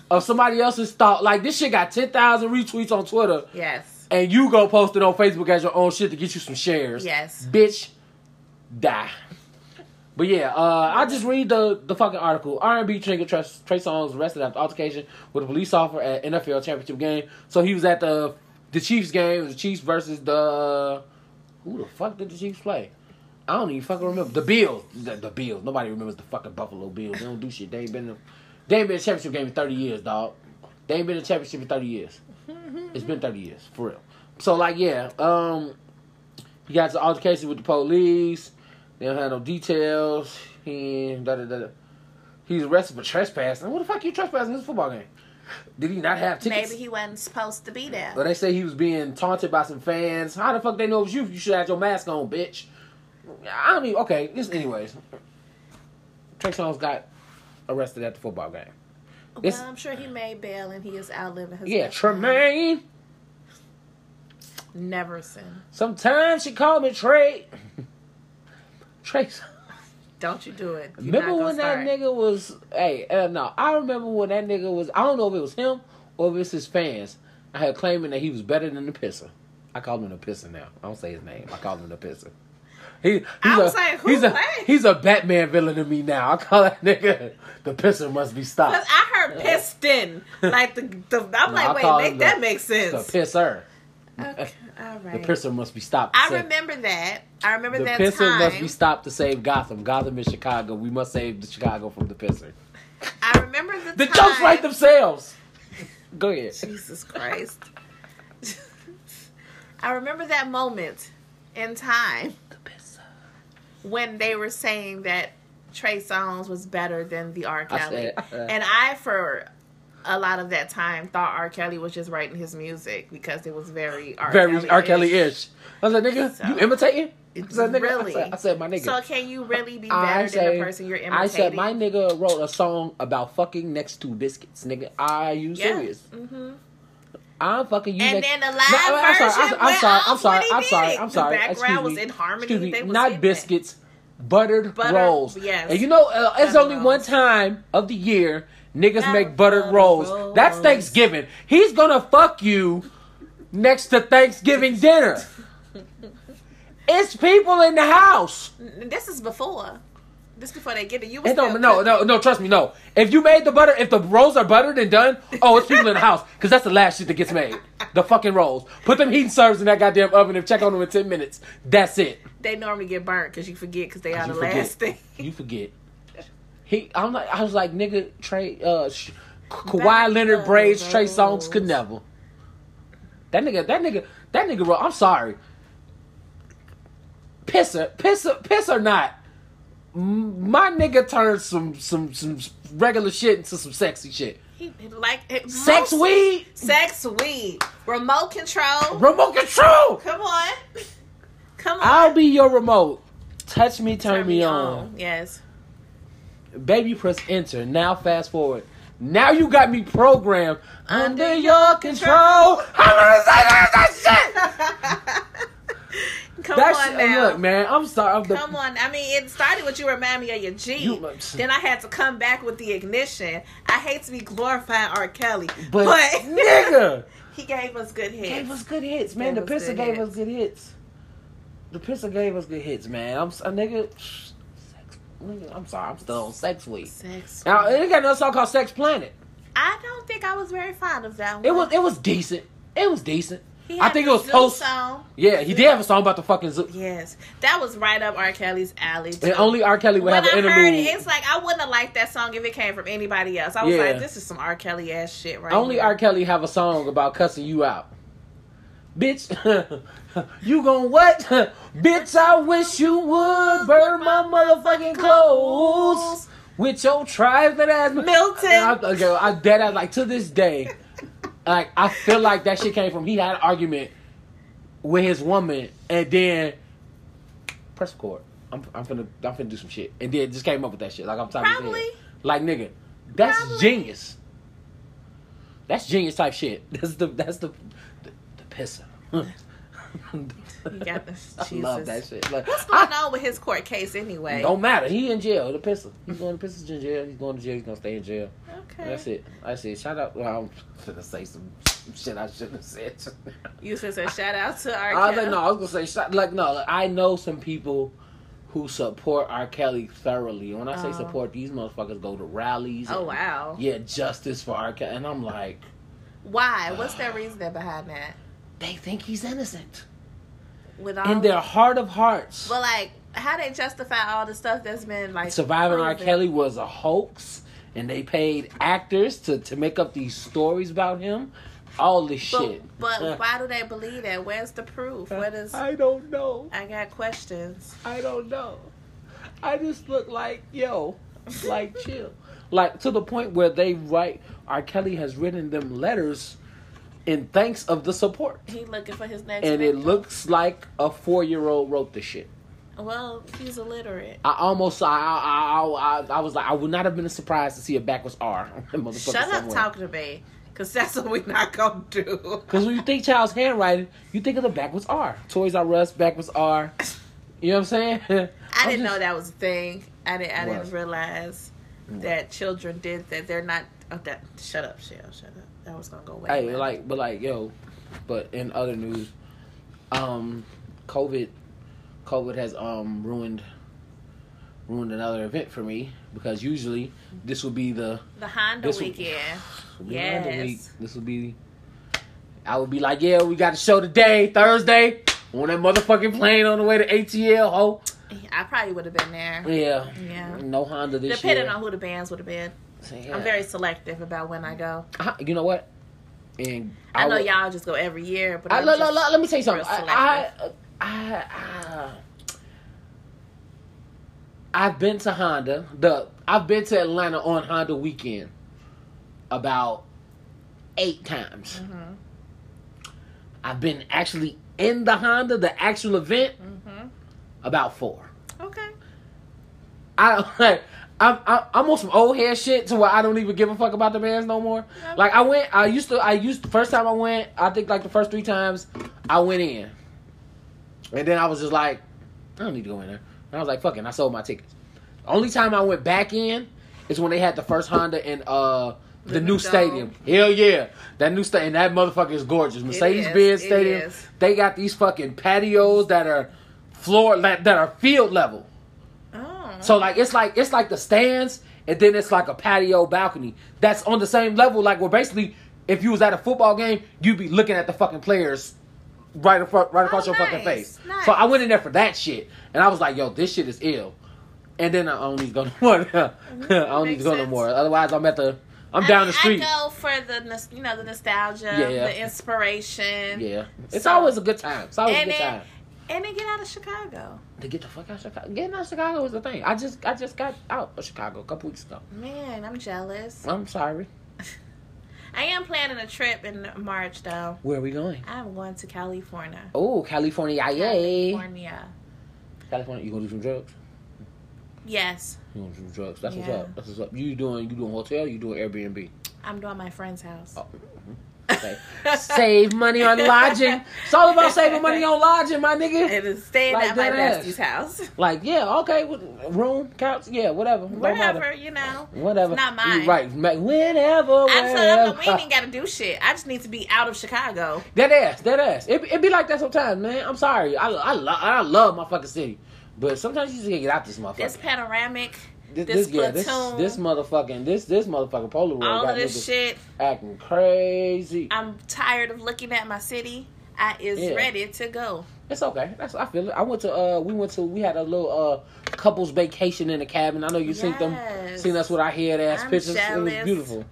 Speaker 4: of somebody else's thought. Like this shit got ten thousand retweets on Twitter,
Speaker 5: Yes.
Speaker 4: and you go post it on Facebook as your own shit to get you some shares.
Speaker 5: Yes.
Speaker 4: bitch, die. But yeah, uh, I just read the the fucking article. R and B Trinket Trey, Trey Songz arrested after altercation with a police officer at NFL championship game. So he was at the the Chiefs game. It was the Chiefs versus the who the fuck did the Chiefs play? I don't even fucking remember. The Bills. The, the Bills. Nobody remembers the fucking Buffalo Bills. They don't do shit. They ain't been in- they ain't been in a championship game in thirty years, dog. They ain't been in a championship in thirty years. It's been thirty years, for real. So like yeah, um he got into altercation with the police. They don't have no details. He da da da. da. He's arrested for trespassing. What the fuck you trespassing in this football game? Did he not have tickets?
Speaker 5: Maybe he wasn't supposed to be there.
Speaker 4: Or they say he was being taunted by some fans. How the fuck they know it was you? if You should have your mask on, bitch. I don't even. Okay, this anyways. Trey Songz got arrested at the football game. This
Speaker 5: well, I'm sure he made bail and he is outliving his
Speaker 4: yeah,
Speaker 5: life.
Speaker 4: Tremaine.
Speaker 5: Neverson.
Speaker 4: Sometimes she called me Trey. Trey. Songz.
Speaker 5: Don't you do it. You're
Speaker 4: Remember
Speaker 5: not
Speaker 4: when
Speaker 5: gonna
Speaker 4: that nigga was? Hey, uh, no, I remember when that nigga was. I don't know if it was him or if it's his fans. I had claiming that he was better than the pisser. I call him the pisser now. I don't say his name. I call him the pisser. He, he's
Speaker 5: I was
Speaker 4: a,
Speaker 5: like, who
Speaker 4: he's a
Speaker 5: what?
Speaker 4: he's a Batman villain to me now. I call that nigga the pisser must be
Speaker 5: Cause
Speaker 4: stopped.
Speaker 5: I heard piston. Like the, the I'm
Speaker 4: No, I
Speaker 5: like,
Speaker 4: call
Speaker 5: wait,
Speaker 4: him
Speaker 5: make that
Speaker 4: the-
Speaker 5: make
Speaker 4: The
Speaker 5: sense.
Speaker 4: pisser,
Speaker 5: okay, all
Speaker 4: the
Speaker 5: right.
Speaker 4: pisser must be stopped. to
Speaker 5: I
Speaker 4: save-
Speaker 5: remember that. I remember
Speaker 4: the
Speaker 5: that
Speaker 4: pisser
Speaker 5: time.
Speaker 4: must be stopped to save Gotham. Gotham is Chicago. We must save the Chicago from the pisser.
Speaker 5: I remember the,
Speaker 4: The
Speaker 5: time.
Speaker 4: jokes write themselves. Go ahead.
Speaker 5: Jesus Christ. I remember that moment in time when they were saying that Trey Songz was better than the R. Kelly.
Speaker 4: said- uh, I said-
Speaker 5: and I, for a lot of that time, thought R. Kelly was just writing his music because it was very R.
Speaker 4: very R. Kelly ish. I was like, nigga,
Speaker 5: So-
Speaker 4: you imitating? I
Speaker 5: It's
Speaker 4: said, nigga,
Speaker 5: really.
Speaker 4: I said, I said, my nigga.
Speaker 5: So can you really be better
Speaker 4: I
Speaker 5: than
Speaker 4: say-
Speaker 5: the person you're imitating?
Speaker 4: I said, my nigga wrote a song about fucking next to biscuits, nigga. Are you
Speaker 5: Yeah. Mm-hmm.
Speaker 4: serious? I'm fucking you.
Speaker 5: And
Speaker 4: next-
Speaker 5: then the live
Speaker 4: No, I'm sorry,
Speaker 5: version
Speaker 4: I'm
Speaker 5: went
Speaker 4: sorry, I'm
Speaker 5: off
Speaker 4: sorry,
Speaker 5: when
Speaker 4: I'm
Speaker 5: he
Speaker 4: sorry,
Speaker 5: did it.
Speaker 4: I'm
Speaker 5: The
Speaker 4: sorry.
Speaker 5: background
Speaker 4: Excuse
Speaker 5: was
Speaker 4: me.
Speaker 5: in harmony.
Speaker 4: Excuse me,
Speaker 5: They was
Speaker 4: not
Speaker 5: hitting it.
Speaker 4: biscuits, buttered
Speaker 5: Butter-
Speaker 4: rolls.
Speaker 5: yes.
Speaker 4: And you know, uh, it's
Speaker 5: Butter
Speaker 4: only one
Speaker 5: rolls.
Speaker 4: time of the year niggas
Speaker 5: Butter-
Speaker 4: make buttered
Speaker 5: butter
Speaker 4: rolls.
Speaker 5: rolls.
Speaker 4: That's Thanksgiving. He's gonna fuck you next to Thanksgiving dinner. it's people in the house.
Speaker 5: This is before. This before they get it. You was
Speaker 4: It
Speaker 5: still
Speaker 4: don't, no, no, no. Trust me, no. If you made the butter, if the rolls are buttered and done, oh, it's people in the house because that's the last shit that gets made. The fucking rolls. Put them heat and serves in that goddamn oven and check on them in ten minutes. That's it.
Speaker 5: they normally get burnt because you forget because they are
Speaker 4: You
Speaker 5: the
Speaker 4: forget.
Speaker 5: last thing.
Speaker 4: You forget. He, I'm like, I was like, nigga, Trey, uh, sh- Ka-
Speaker 5: Back
Speaker 4: Kawhi Leonard
Speaker 5: up,
Speaker 4: braids, Trey
Speaker 5: bros.
Speaker 4: Songs could never. That nigga, that nigga, that nigga. wrote- I'm sorry. Pisser, pisser, piss or not, m- my nigga turned some some some regular shit into some sexy shit.
Speaker 5: He, like it-
Speaker 4: Sex
Speaker 5: most-
Speaker 4: weed,
Speaker 5: sex weed, remote control.
Speaker 4: remote control.
Speaker 5: Come on, come on.
Speaker 4: I'll be your remote. Touch me, turn, me, on.
Speaker 5: Yes,
Speaker 4: Baby, press enter. Now, fast forward. Now you got me programmed under,
Speaker 5: Under
Speaker 4: your control. How many times I say that shit?
Speaker 5: come
Speaker 4: That's
Speaker 5: on now.
Speaker 4: look, man. I'm sorry. I'm the-
Speaker 5: Come on. I mean, it started with you remind me of your Jeep.
Speaker 4: You-
Speaker 5: then I had to come back with the ignition. I hate to be glorifying R. Kelly,
Speaker 4: but,
Speaker 5: but,
Speaker 4: nigga
Speaker 5: he gave us good hits.
Speaker 4: gave us good hits, man.
Speaker 5: Gave
Speaker 4: the
Speaker 5: us
Speaker 4: pisser
Speaker 5: good
Speaker 4: gave
Speaker 5: hits.
Speaker 4: us good hits. The pisser gave us good hits, man. I'm s- a nigga. Sex, nigga, I'm sorry. I'm still on sex week.
Speaker 5: Sex.
Speaker 4: Now it got another song called Sex Planet.
Speaker 5: I don't think I was very fond of that one.
Speaker 4: It was it was decent. It was decent.
Speaker 5: He
Speaker 4: I
Speaker 5: had
Speaker 4: think
Speaker 5: the
Speaker 4: it was
Speaker 5: zoo
Speaker 4: post.
Speaker 5: Song.
Speaker 4: Yeah, he did have a song about the fucking zoo.
Speaker 5: Yes, that was right up R. Kelly's alley. too.
Speaker 4: And only R. Kelly would
Speaker 5: when
Speaker 4: have an
Speaker 5: I
Speaker 4: interlude.
Speaker 5: heard it, it's like I wouldn't have liked that song if it came from anybody else. I was
Speaker 4: Yeah.
Speaker 5: like, this is some R. Kelly ass shit right
Speaker 4: Only
Speaker 5: here.
Speaker 4: R. Kelly have a song about cussing you out. Bitch, you gon' what? Bitch, I wish you would burn my motherfucking clothes with your tribesman ass
Speaker 5: Milton.
Speaker 4: And I, okay, I dead ass like to this day, like I feel like that shit came from he had an argument with his woman and then press record. I'm I'm finna I'm finna do some shit and then just came up with that shit like I'm talking
Speaker 5: Probably.
Speaker 4: like nigga, that's
Speaker 5: Probably.
Speaker 4: genius. That's genius type shit. That's the that's the the, the pisser.
Speaker 5: You got this.
Speaker 4: I love that shit. Like,
Speaker 5: What's going on with his court case anyway?
Speaker 4: Don't matter. He in jail. The pistol. He's going to pistol in jail. He's going to jail. He's going to stay in jail.
Speaker 5: Okay.
Speaker 4: That's it. That's it. Shout out. Well, I'm gonna say some shit I shouldn't have said.
Speaker 5: You should say shout out to our.
Speaker 4: I was like, no. I was gonna say shout, like no. like, I know some people who support R. Kelly thoroughly. When I say
Speaker 5: Oh.
Speaker 4: support, these motherfuckers go to rallies.
Speaker 5: Oh
Speaker 4: and,
Speaker 5: wow.
Speaker 4: Yeah, justice for R. Kelly, and I'm like,
Speaker 5: Why? What's their reasoning behind that?
Speaker 4: they think he's innocent
Speaker 5: With all
Speaker 4: in their heart of hearts.
Speaker 5: Well, like how they justify all the stuff that's been like
Speaker 4: Surviving R.
Speaker 5: proven.
Speaker 4: Kelly was a hoax, and they paid actors to, to make up these stories about him. All this
Speaker 5: But,
Speaker 4: shit.
Speaker 5: but why do they believe that? Where's the proof? What is?
Speaker 4: I don't know.
Speaker 5: I got questions.
Speaker 4: I don't know. I just look like yo, like chill, like to the point where they write. R. Kelly has written them letters in thanks of the support,
Speaker 5: He looking for his next.
Speaker 4: and it
Speaker 5: victim.
Speaker 4: looks like a four year old wrote the shit.
Speaker 5: Well, he's illiterate.
Speaker 4: I almost, I, I, I, I, I was like, I would not have been surprised to see a backwards R. on that motherfucker
Speaker 5: Shut up
Speaker 4: somewhere.
Speaker 5: talking to me, cause that's what we not gonna do.
Speaker 4: Because when you think child's handwriting, you think of the backwards R. Toys R Us, backwards R. You know what I'm saying?
Speaker 5: I didn't know that was a thing. I didn't. I
Speaker 4: Was.
Speaker 5: didn't realize
Speaker 4: Mm.
Speaker 5: that children did that. They're not. Oh, that. Shut up, Shell. Shut up. That was gonna go away.
Speaker 4: Hey, like, but like, yo, but in other news, um, COVID, COVID has um ruined, ruined another event for me because usually this would be the
Speaker 5: the Honda
Speaker 4: this one-
Speaker 5: weekend.
Speaker 4: would be another
Speaker 5: Yes.
Speaker 4: week. This would be. I would be like, yeah, we got a show today, Thursday, on that motherfucking plane on the way to ATL. Oh,
Speaker 5: I probably would have been there.
Speaker 4: yeah,
Speaker 5: Yeah.
Speaker 4: no Honda this
Speaker 5: Depending
Speaker 4: year.
Speaker 5: on who the bands would have been.
Speaker 4: Yeah.
Speaker 5: I'm very selective about when I go.
Speaker 4: I- you know what? And
Speaker 5: I, know
Speaker 4: would-
Speaker 5: y'all just go every year, but
Speaker 4: I,
Speaker 5: I'm
Speaker 4: let,
Speaker 5: just-
Speaker 4: let, let, let me tell you something.
Speaker 5: real
Speaker 4: I, I, I, I, I've been to Honda. The I've been to Atlanta on Honda weekend about eight times.
Speaker 5: Mm-hmm.
Speaker 4: I've been actually in the Honda, the actual event,
Speaker 5: Mm-hmm.
Speaker 4: about four.
Speaker 5: Okay.
Speaker 4: I like I'm I'm I'm on some old head shit to where I don't even give a fuck about the bands no more. Like I went, I used to, I used first time I went, I think like the first three times I went in, and then I was just like, I don't need to go in there. And I was like, fucking, I sold my tickets. Only time I went back in is when they had the first Honda in uh the
Speaker 5: The
Speaker 4: new
Speaker 5: new
Speaker 4: stadium. Hell yeah, that new stadium, that motherfucker is gorgeous. Mercedes Benz
Speaker 5: is, it
Speaker 4: Stadium.
Speaker 5: is.
Speaker 4: They got these fucking patios that are floor that that are field level.
Speaker 5: Oh.
Speaker 4: So like it's like it's like the stands and then it's like a patio balcony that's on the same level. Like where basically if you was at a football game, you'd be looking at the fucking players right in front, right across
Speaker 5: Oh,
Speaker 4: your fucking
Speaker 5: nice,
Speaker 4: face. So I
Speaker 5: nice.
Speaker 4: went in there for that shit, and I was like, yo, this shit is ill. And then I don't need to go no more. I don't need to
Speaker 5: makes
Speaker 4: go no
Speaker 5: sense.
Speaker 4: more. Otherwise, I'm at the I'm down
Speaker 5: I mean,
Speaker 4: the street.
Speaker 5: I go for the nos- you know the nostalgia,
Speaker 4: Yeah, yeah.
Speaker 5: the inspiration.
Speaker 4: Yeah, it's
Speaker 5: So-
Speaker 4: always a good time. It's always a
Speaker 5: And
Speaker 4: good
Speaker 5: then,
Speaker 4: time
Speaker 5: and then get out of Chicago.
Speaker 4: to get the fuck out of Chicago. Getting out of Chicago is the thing. I just I just got out of Chicago a couple weeks ago.
Speaker 5: Man, I'm jealous.
Speaker 4: I'm sorry.
Speaker 5: I am planning a trip in March though.
Speaker 4: Where are we going?
Speaker 5: I'm going to California.
Speaker 4: Oh, California, yay!
Speaker 5: California.
Speaker 4: California, you gonna do some drugs?
Speaker 5: Yes,
Speaker 4: You gonna do some drugs? That's
Speaker 5: Yeah.
Speaker 4: what's up. That's what's up. You doing? You doing hotel? You doing Airbnb?
Speaker 5: I'm doing my friend's house.
Speaker 4: Oh, okay. Save money on lodging. It's all about saving money on lodging, my nigga.
Speaker 5: It is staying
Speaker 4: Like
Speaker 5: at my
Speaker 4: that.
Speaker 5: bestie's house.
Speaker 4: Like, yeah, okay, what- room, couch, yeah, whatever. Don't matter.
Speaker 5: Wherever, you know.
Speaker 4: Whatever.
Speaker 5: It's not
Speaker 4: You
Speaker 5: mine.
Speaker 4: Right, ma- whenever,
Speaker 5: I'm so
Speaker 4: wherever.
Speaker 5: we ain't gotta do shit. I just need to be out of Chicago.
Speaker 4: That ass, that ass. It, it be like that sometimes, man. I'm sorry. I, I, lo- I love my fucking city. But sometimes you just gotta get out this motherfucker.
Speaker 5: This panoramic,
Speaker 4: this,
Speaker 5: this,
Speaker 4: this, yeah,
Speaker 5: platoon,
Speaker 4: this, this motherfucking, this, this motherfucking Polaroid
Speaker 5: all
Speaker 4: got
Speaker 5: of this
Speaker 4: niggas
Speaker 5: shit.
Speaker 4: acting crazy.
Speaker 5: I'm tired of looking at my city. I is
Speaker 4: Yeah.
Speaker 5: ready to go.
Speaker 4: It's okay. That's I feel it. I went to uh we went to we had a little uh couples vacation in the cabin. I know you seen them
Speaker 5: Yes.
Speaker 4: seen us with our head ass
Speaker 5: I'm
Speaker 4: pictures. It was
Speaker 5: jealous.
Speaker 4: beautiful.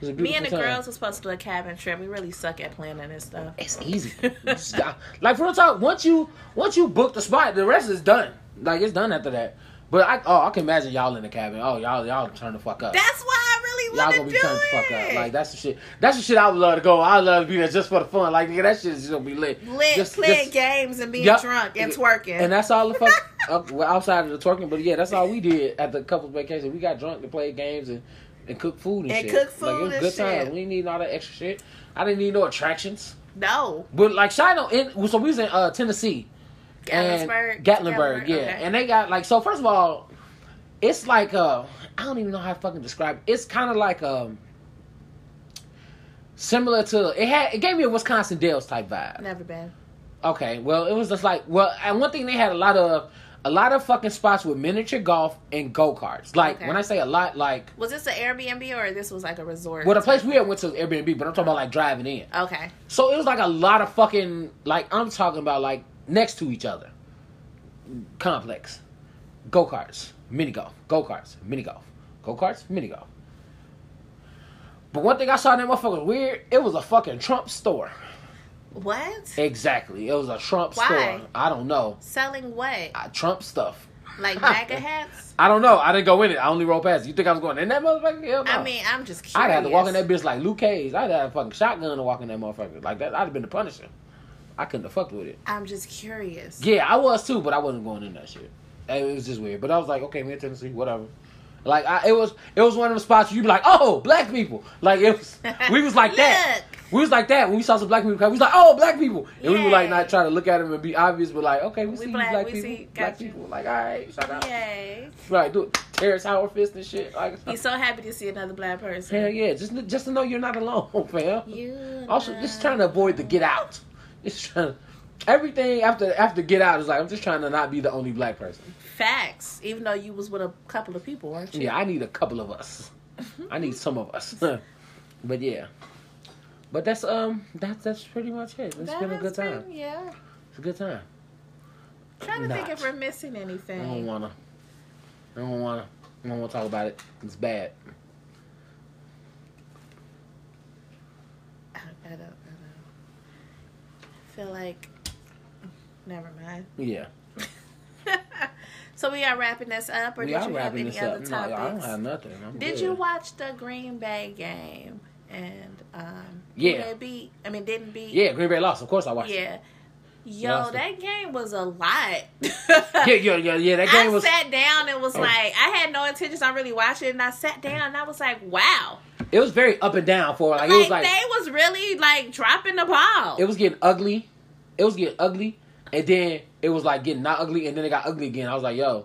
Speaker 4: was a
Speaker 5: Me and the
Speaker 4: beautiful time.
Speaker 5: girls were supposed to do a cabin trip. We really suck at planning and stuff.
Speaker 4: It's easy. Just got- like for real talk, once you once you book the spot, the rest is done. Like it's done after that. But I oh I can imagine y'all in the cabin. Oh y'all y'all turn the fuck up.
Speaker 5: That's why I really
Speaker 4: y'all
Speaker 5: want
Speaker 4: gonna
Speaker 5: to
Speaker 4: be
Speaker 5: do
Speaker 4: turned the fuck
Speaker 5: it.
Speaker 4: up. Like that's the shit. That's the shit I would love to go. I would love to be there just for the fun. Like nigga, that shit is just gonna be lit.
Speaker 5: Lit,
Speaker 4: Just-
Speaker 5: playing
Speaker 4: just-
Speaker 5: games and being
Speaker 4: Yup.
Speaker 5: drunk and
Speaker 4: Yeah.
Speaker 5: twerking.
Speaker 4: And that's all the fuck up, well, outside of the twerking. But yeah, that's all we did at the couples vacation. We got drunk and played games and, and cooked food and,
Speaker 5: And
Speaker 4: shit.
Speaker 5: cooked
Speaker 4: like, it was
Speaker 5: food and
Speaker 4: good time.
Speaker 5: shit.
Speaker 4: We didn't need all that extra shit. I didn't need no attractions.
Speaker 5: no,
Speaker 4: But like Shiloh, in, so we was in uh, Tennessee and
Speaker 5: Gatlinburg.
Speaker 4: Gatlinburg, yeah.
Speaker 5: okay.
Speaker 4: And they got like so. First of all, it's like uh, I don't even know how to fucking describe. It. It's kind of like um, similar to it had. It gave me a Wisconsin Dells type vibe.
Speaker 5: never been.
Speaker 4: Okay, well, it was just like well, and one thing they had a lot of a lot of fucking spots with miniature golf and go karts. Like
Speaker 5: Okay.
Speaker 4: when I say a lot, like
Speaker 5: Was this an Airbnb or this was like a resort?
Speaker 4: well, the place we at went to was Airbnb, but I'm talking about like driving in.
Speaker 5: Okay.
Speaker 4: So it was like a lot of fucking like I'm talking about like next to each other. Complex. Go karts, mini golf, go karts, mini golf, go karts, mini golf. But one thing I saw in that motherfucker was weird, it was a fucking Trump store.
Speaker 5: What?
Speaker 4: Exactly. It was a Trump
Speaker 5: Why?
Speaker 4: store. I don't know.
Speaker 5: Selling what?
Speaker 4: I, Trump stuff.
Speaker 5: Like MAGA hats?
Speaker 4: I don't know. I didn't go in it. I only rolled past. it. You think I was going in that motherfucker? Hell no.
Speaker 5: I mean, I'm just curious.
Speaker 4: I'd have to walk in that bitch like Luke Cage. I'd have a fucking shotgun to walk in that motherfucker. Like that, I'd have been the Punisher. I couldn't have fucked with it.
Speaker 5: I'm just curious.
Speaker 4: Yeah, I was too, but I wasn't going in that shit. It was just weird. But I was like, okay, we in Tennessee, whatever. Like I, it was, it was one of the spots where you'd be like, oh, black people. Like it was, we was like that.
Speaker 5: Look.
Speaker 4: We was like that when we saw some black people. come, We was like, oh, black people, and we were like
Speaker 5: Yay.
Speaker 4: not trying to look at them and be obvious, but like, okay, we,
Speaker 5: We
Speaker 4: see you
Speaker 5: black,
Speaker 4: black,
Speaker 5: we
Speaker 4: people,
Speaker 5: see- got
Speaker 4: black
Speaker 5: you.
Speaker 4: people. Like, all right, shout out.
Speaker 5: Yay.
Speaker 4: Right, do it. Terrence Howard fist and shit. Like,
Speaker 5: He's so happy to see another black person.
Speaker 4: hell yeah, just just to know you're not alone, fam.
Speaker 5: You
Speaker 4: Also,
Speaker 5: know.
Speaker 4: just trying to avoid the get out. Just trying. To, everything after after get out is like I'm just trying to not be the only black person.
Speaker 5: facts. Even though you was with a couple of people, weren't you?
Speaker 4: Yeah, I need a couple of us. I need some of us. but yeah. But that's um that's that's pretty much it. It's
Speaker 5: That
Speaker 4: been a
Speaker 5: has
Speaker 4: good time.
Speaker 5: been- yeah.
Speaker 4: It's a good time.
Speaker 5: Trying to think
Speaker 4: Not.
Speaker 5: if we're missing
Speaker 4: I don't
Speaker 5: anything.
Speaker 4: wanna. I don't wanna. I don't wanna talk about it. It's bad.
Speaker 5: I I don't, I don't. feel like. Never mind.
Speaker 4: Yeah.
Speaker 5: so we are wrapping this up, or
Speaker 4: we
Speaker 5: did
Speaker 4: are
Speaker 5: you have
Speaker 4: wrapping
Speaker 5: any
Speaker 4: this
Speaker 5: other
Speaker 4: up. No,
Speaker 5: topics?
Speaker 4: I don't have nothing. I'm
Speaker 5: Did
Speaker 4: good.
Speaker 5: you watch the Green Bay game and um who
Speaker 4: Yeah.
Speaker 5: they beat? I mean didn't beat
Speaker 4: Yeah, Green Bay lost. Of course I watched it.
Speaker 5: Yeah. Yo,
Speaker 4: Lost it.
Speaker 5: that game was a lot.
Speaker 4: Yeah, yeah, yeah, yeah. That game
Speaker 5: I
Speaker 4: was
Speaker 5: sat down and was
Speaker 4: Oh.
Speaker 5: like, I had no intentions on really watching, and I sat down and I was like, wow,
Speaker 4: it was very up and down for like,
Speaker 5: like,
Speaker 4: it was like
Speaker 5: they was really like dropping the ball.
Speaker 4: it was getting ugly. It was getting ugly, and then it was like getting not ugly, and then it got ugly again. I was like, yo,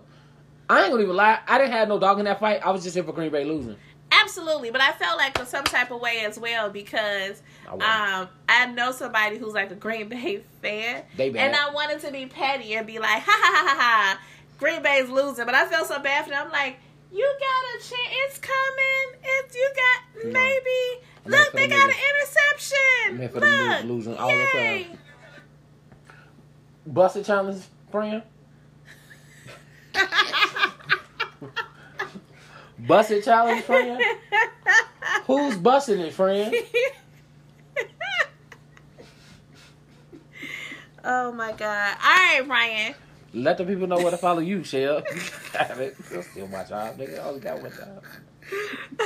Speaker 4: I ain't gonna even lie. I didn't have no dog in that fight. I was just here for Green Bay losing.
Speaker 5: Absolutely, but I felt like in some type of way as well because
Speaker 4: I wasn't.
Speaker 5: um, I know somebody who's like a Green Bay fan,
Speaker 4: They bad.
Speaker 5: and I wanted to be petty and be like, ha ha ha ha, ha Green Bay's losing, but I felt so bad for them. I'm like, you got a chance, it's coming, it's you got
Speaker 4: No.
Speaker 5: maybe.
Speaker 4: I'm here
Speaker 5: Look,
Speaker 4: for
Speaker 5: they
Speaker 4: the
Speaker 5: got an
Speaker 4: niggas. I'm
Speaker 5: interception.
Speaker 4: here for the
Speaker 5: Look,
Speaker 4: niggas losing all the
Speaker 5: yay.
Speaker 4: time. Busted challenge, friend. Busted challenge, friend. Who's busting it, friend?
Speaker 5: oh my god! All right, Ryan.
Speaker 4: Let the people know where to follow you, Shell. Got it. That's still my job, nigga. I only got one job.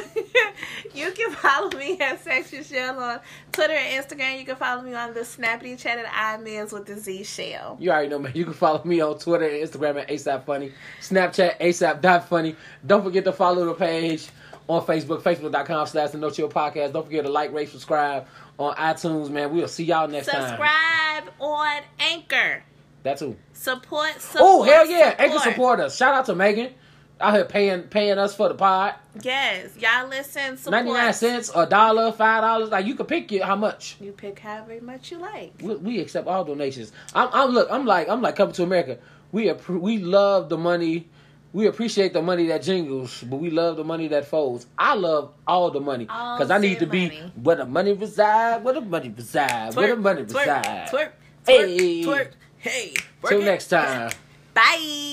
Speaker 5: you can follow me at Section Shell on Twitter and Instagram. You can follow me on the Snappy Chat at iMiz with the Z Shell.
Speaker 4: You already know, man. You can follow me on Twitter and Instagram at ASAP Funny, Snapchat ASAP.funny. Don't forget to follow the page on Facebook, facebook.com slash the No Chill Podcast. Don't forget to like, rate, subscribe on iTunes, man. We'll see y'all next time.
Speaker 5: Subscribe on Anchor.
Speaker 4: That too.
Speaker 5: Support. support
Speaker 4: Oh, hell yeah. Anchor
Speaker 5: support.
Speaker 4: support us. Shout out to Megan out here paying paying us for the pod.
Speaker 5: Yes, y'all listen. Support.
Speaker 4: 99 cents, a dollar, five dollars. Like you can pick it how much.
Speaker 5: You pick however much you like.
Speaker 4: We, we accept all donations. I'm, I'm look. I'm like I'm like coming to America. We appre- we love the money. We appreciate the money that jingles, but we love the money that folds. I love all the money
Speaker 5: All
Speaker 4: because I need to
Speaker 5: said
Speaker 4: be
Speaker 5: money.
Speaker 4: where the money reside. Where the money reside. where the money
Speaker 5: twerk,
Speaker 4: reside.
Speaker 5: twerk, twerk,
Speaker 4: Hey.
Speaker 5: twerk. Hey. work
Speaker 4: Till
Speaker 5: it.
Speaker 4: next time.
Speaker 5: Bye.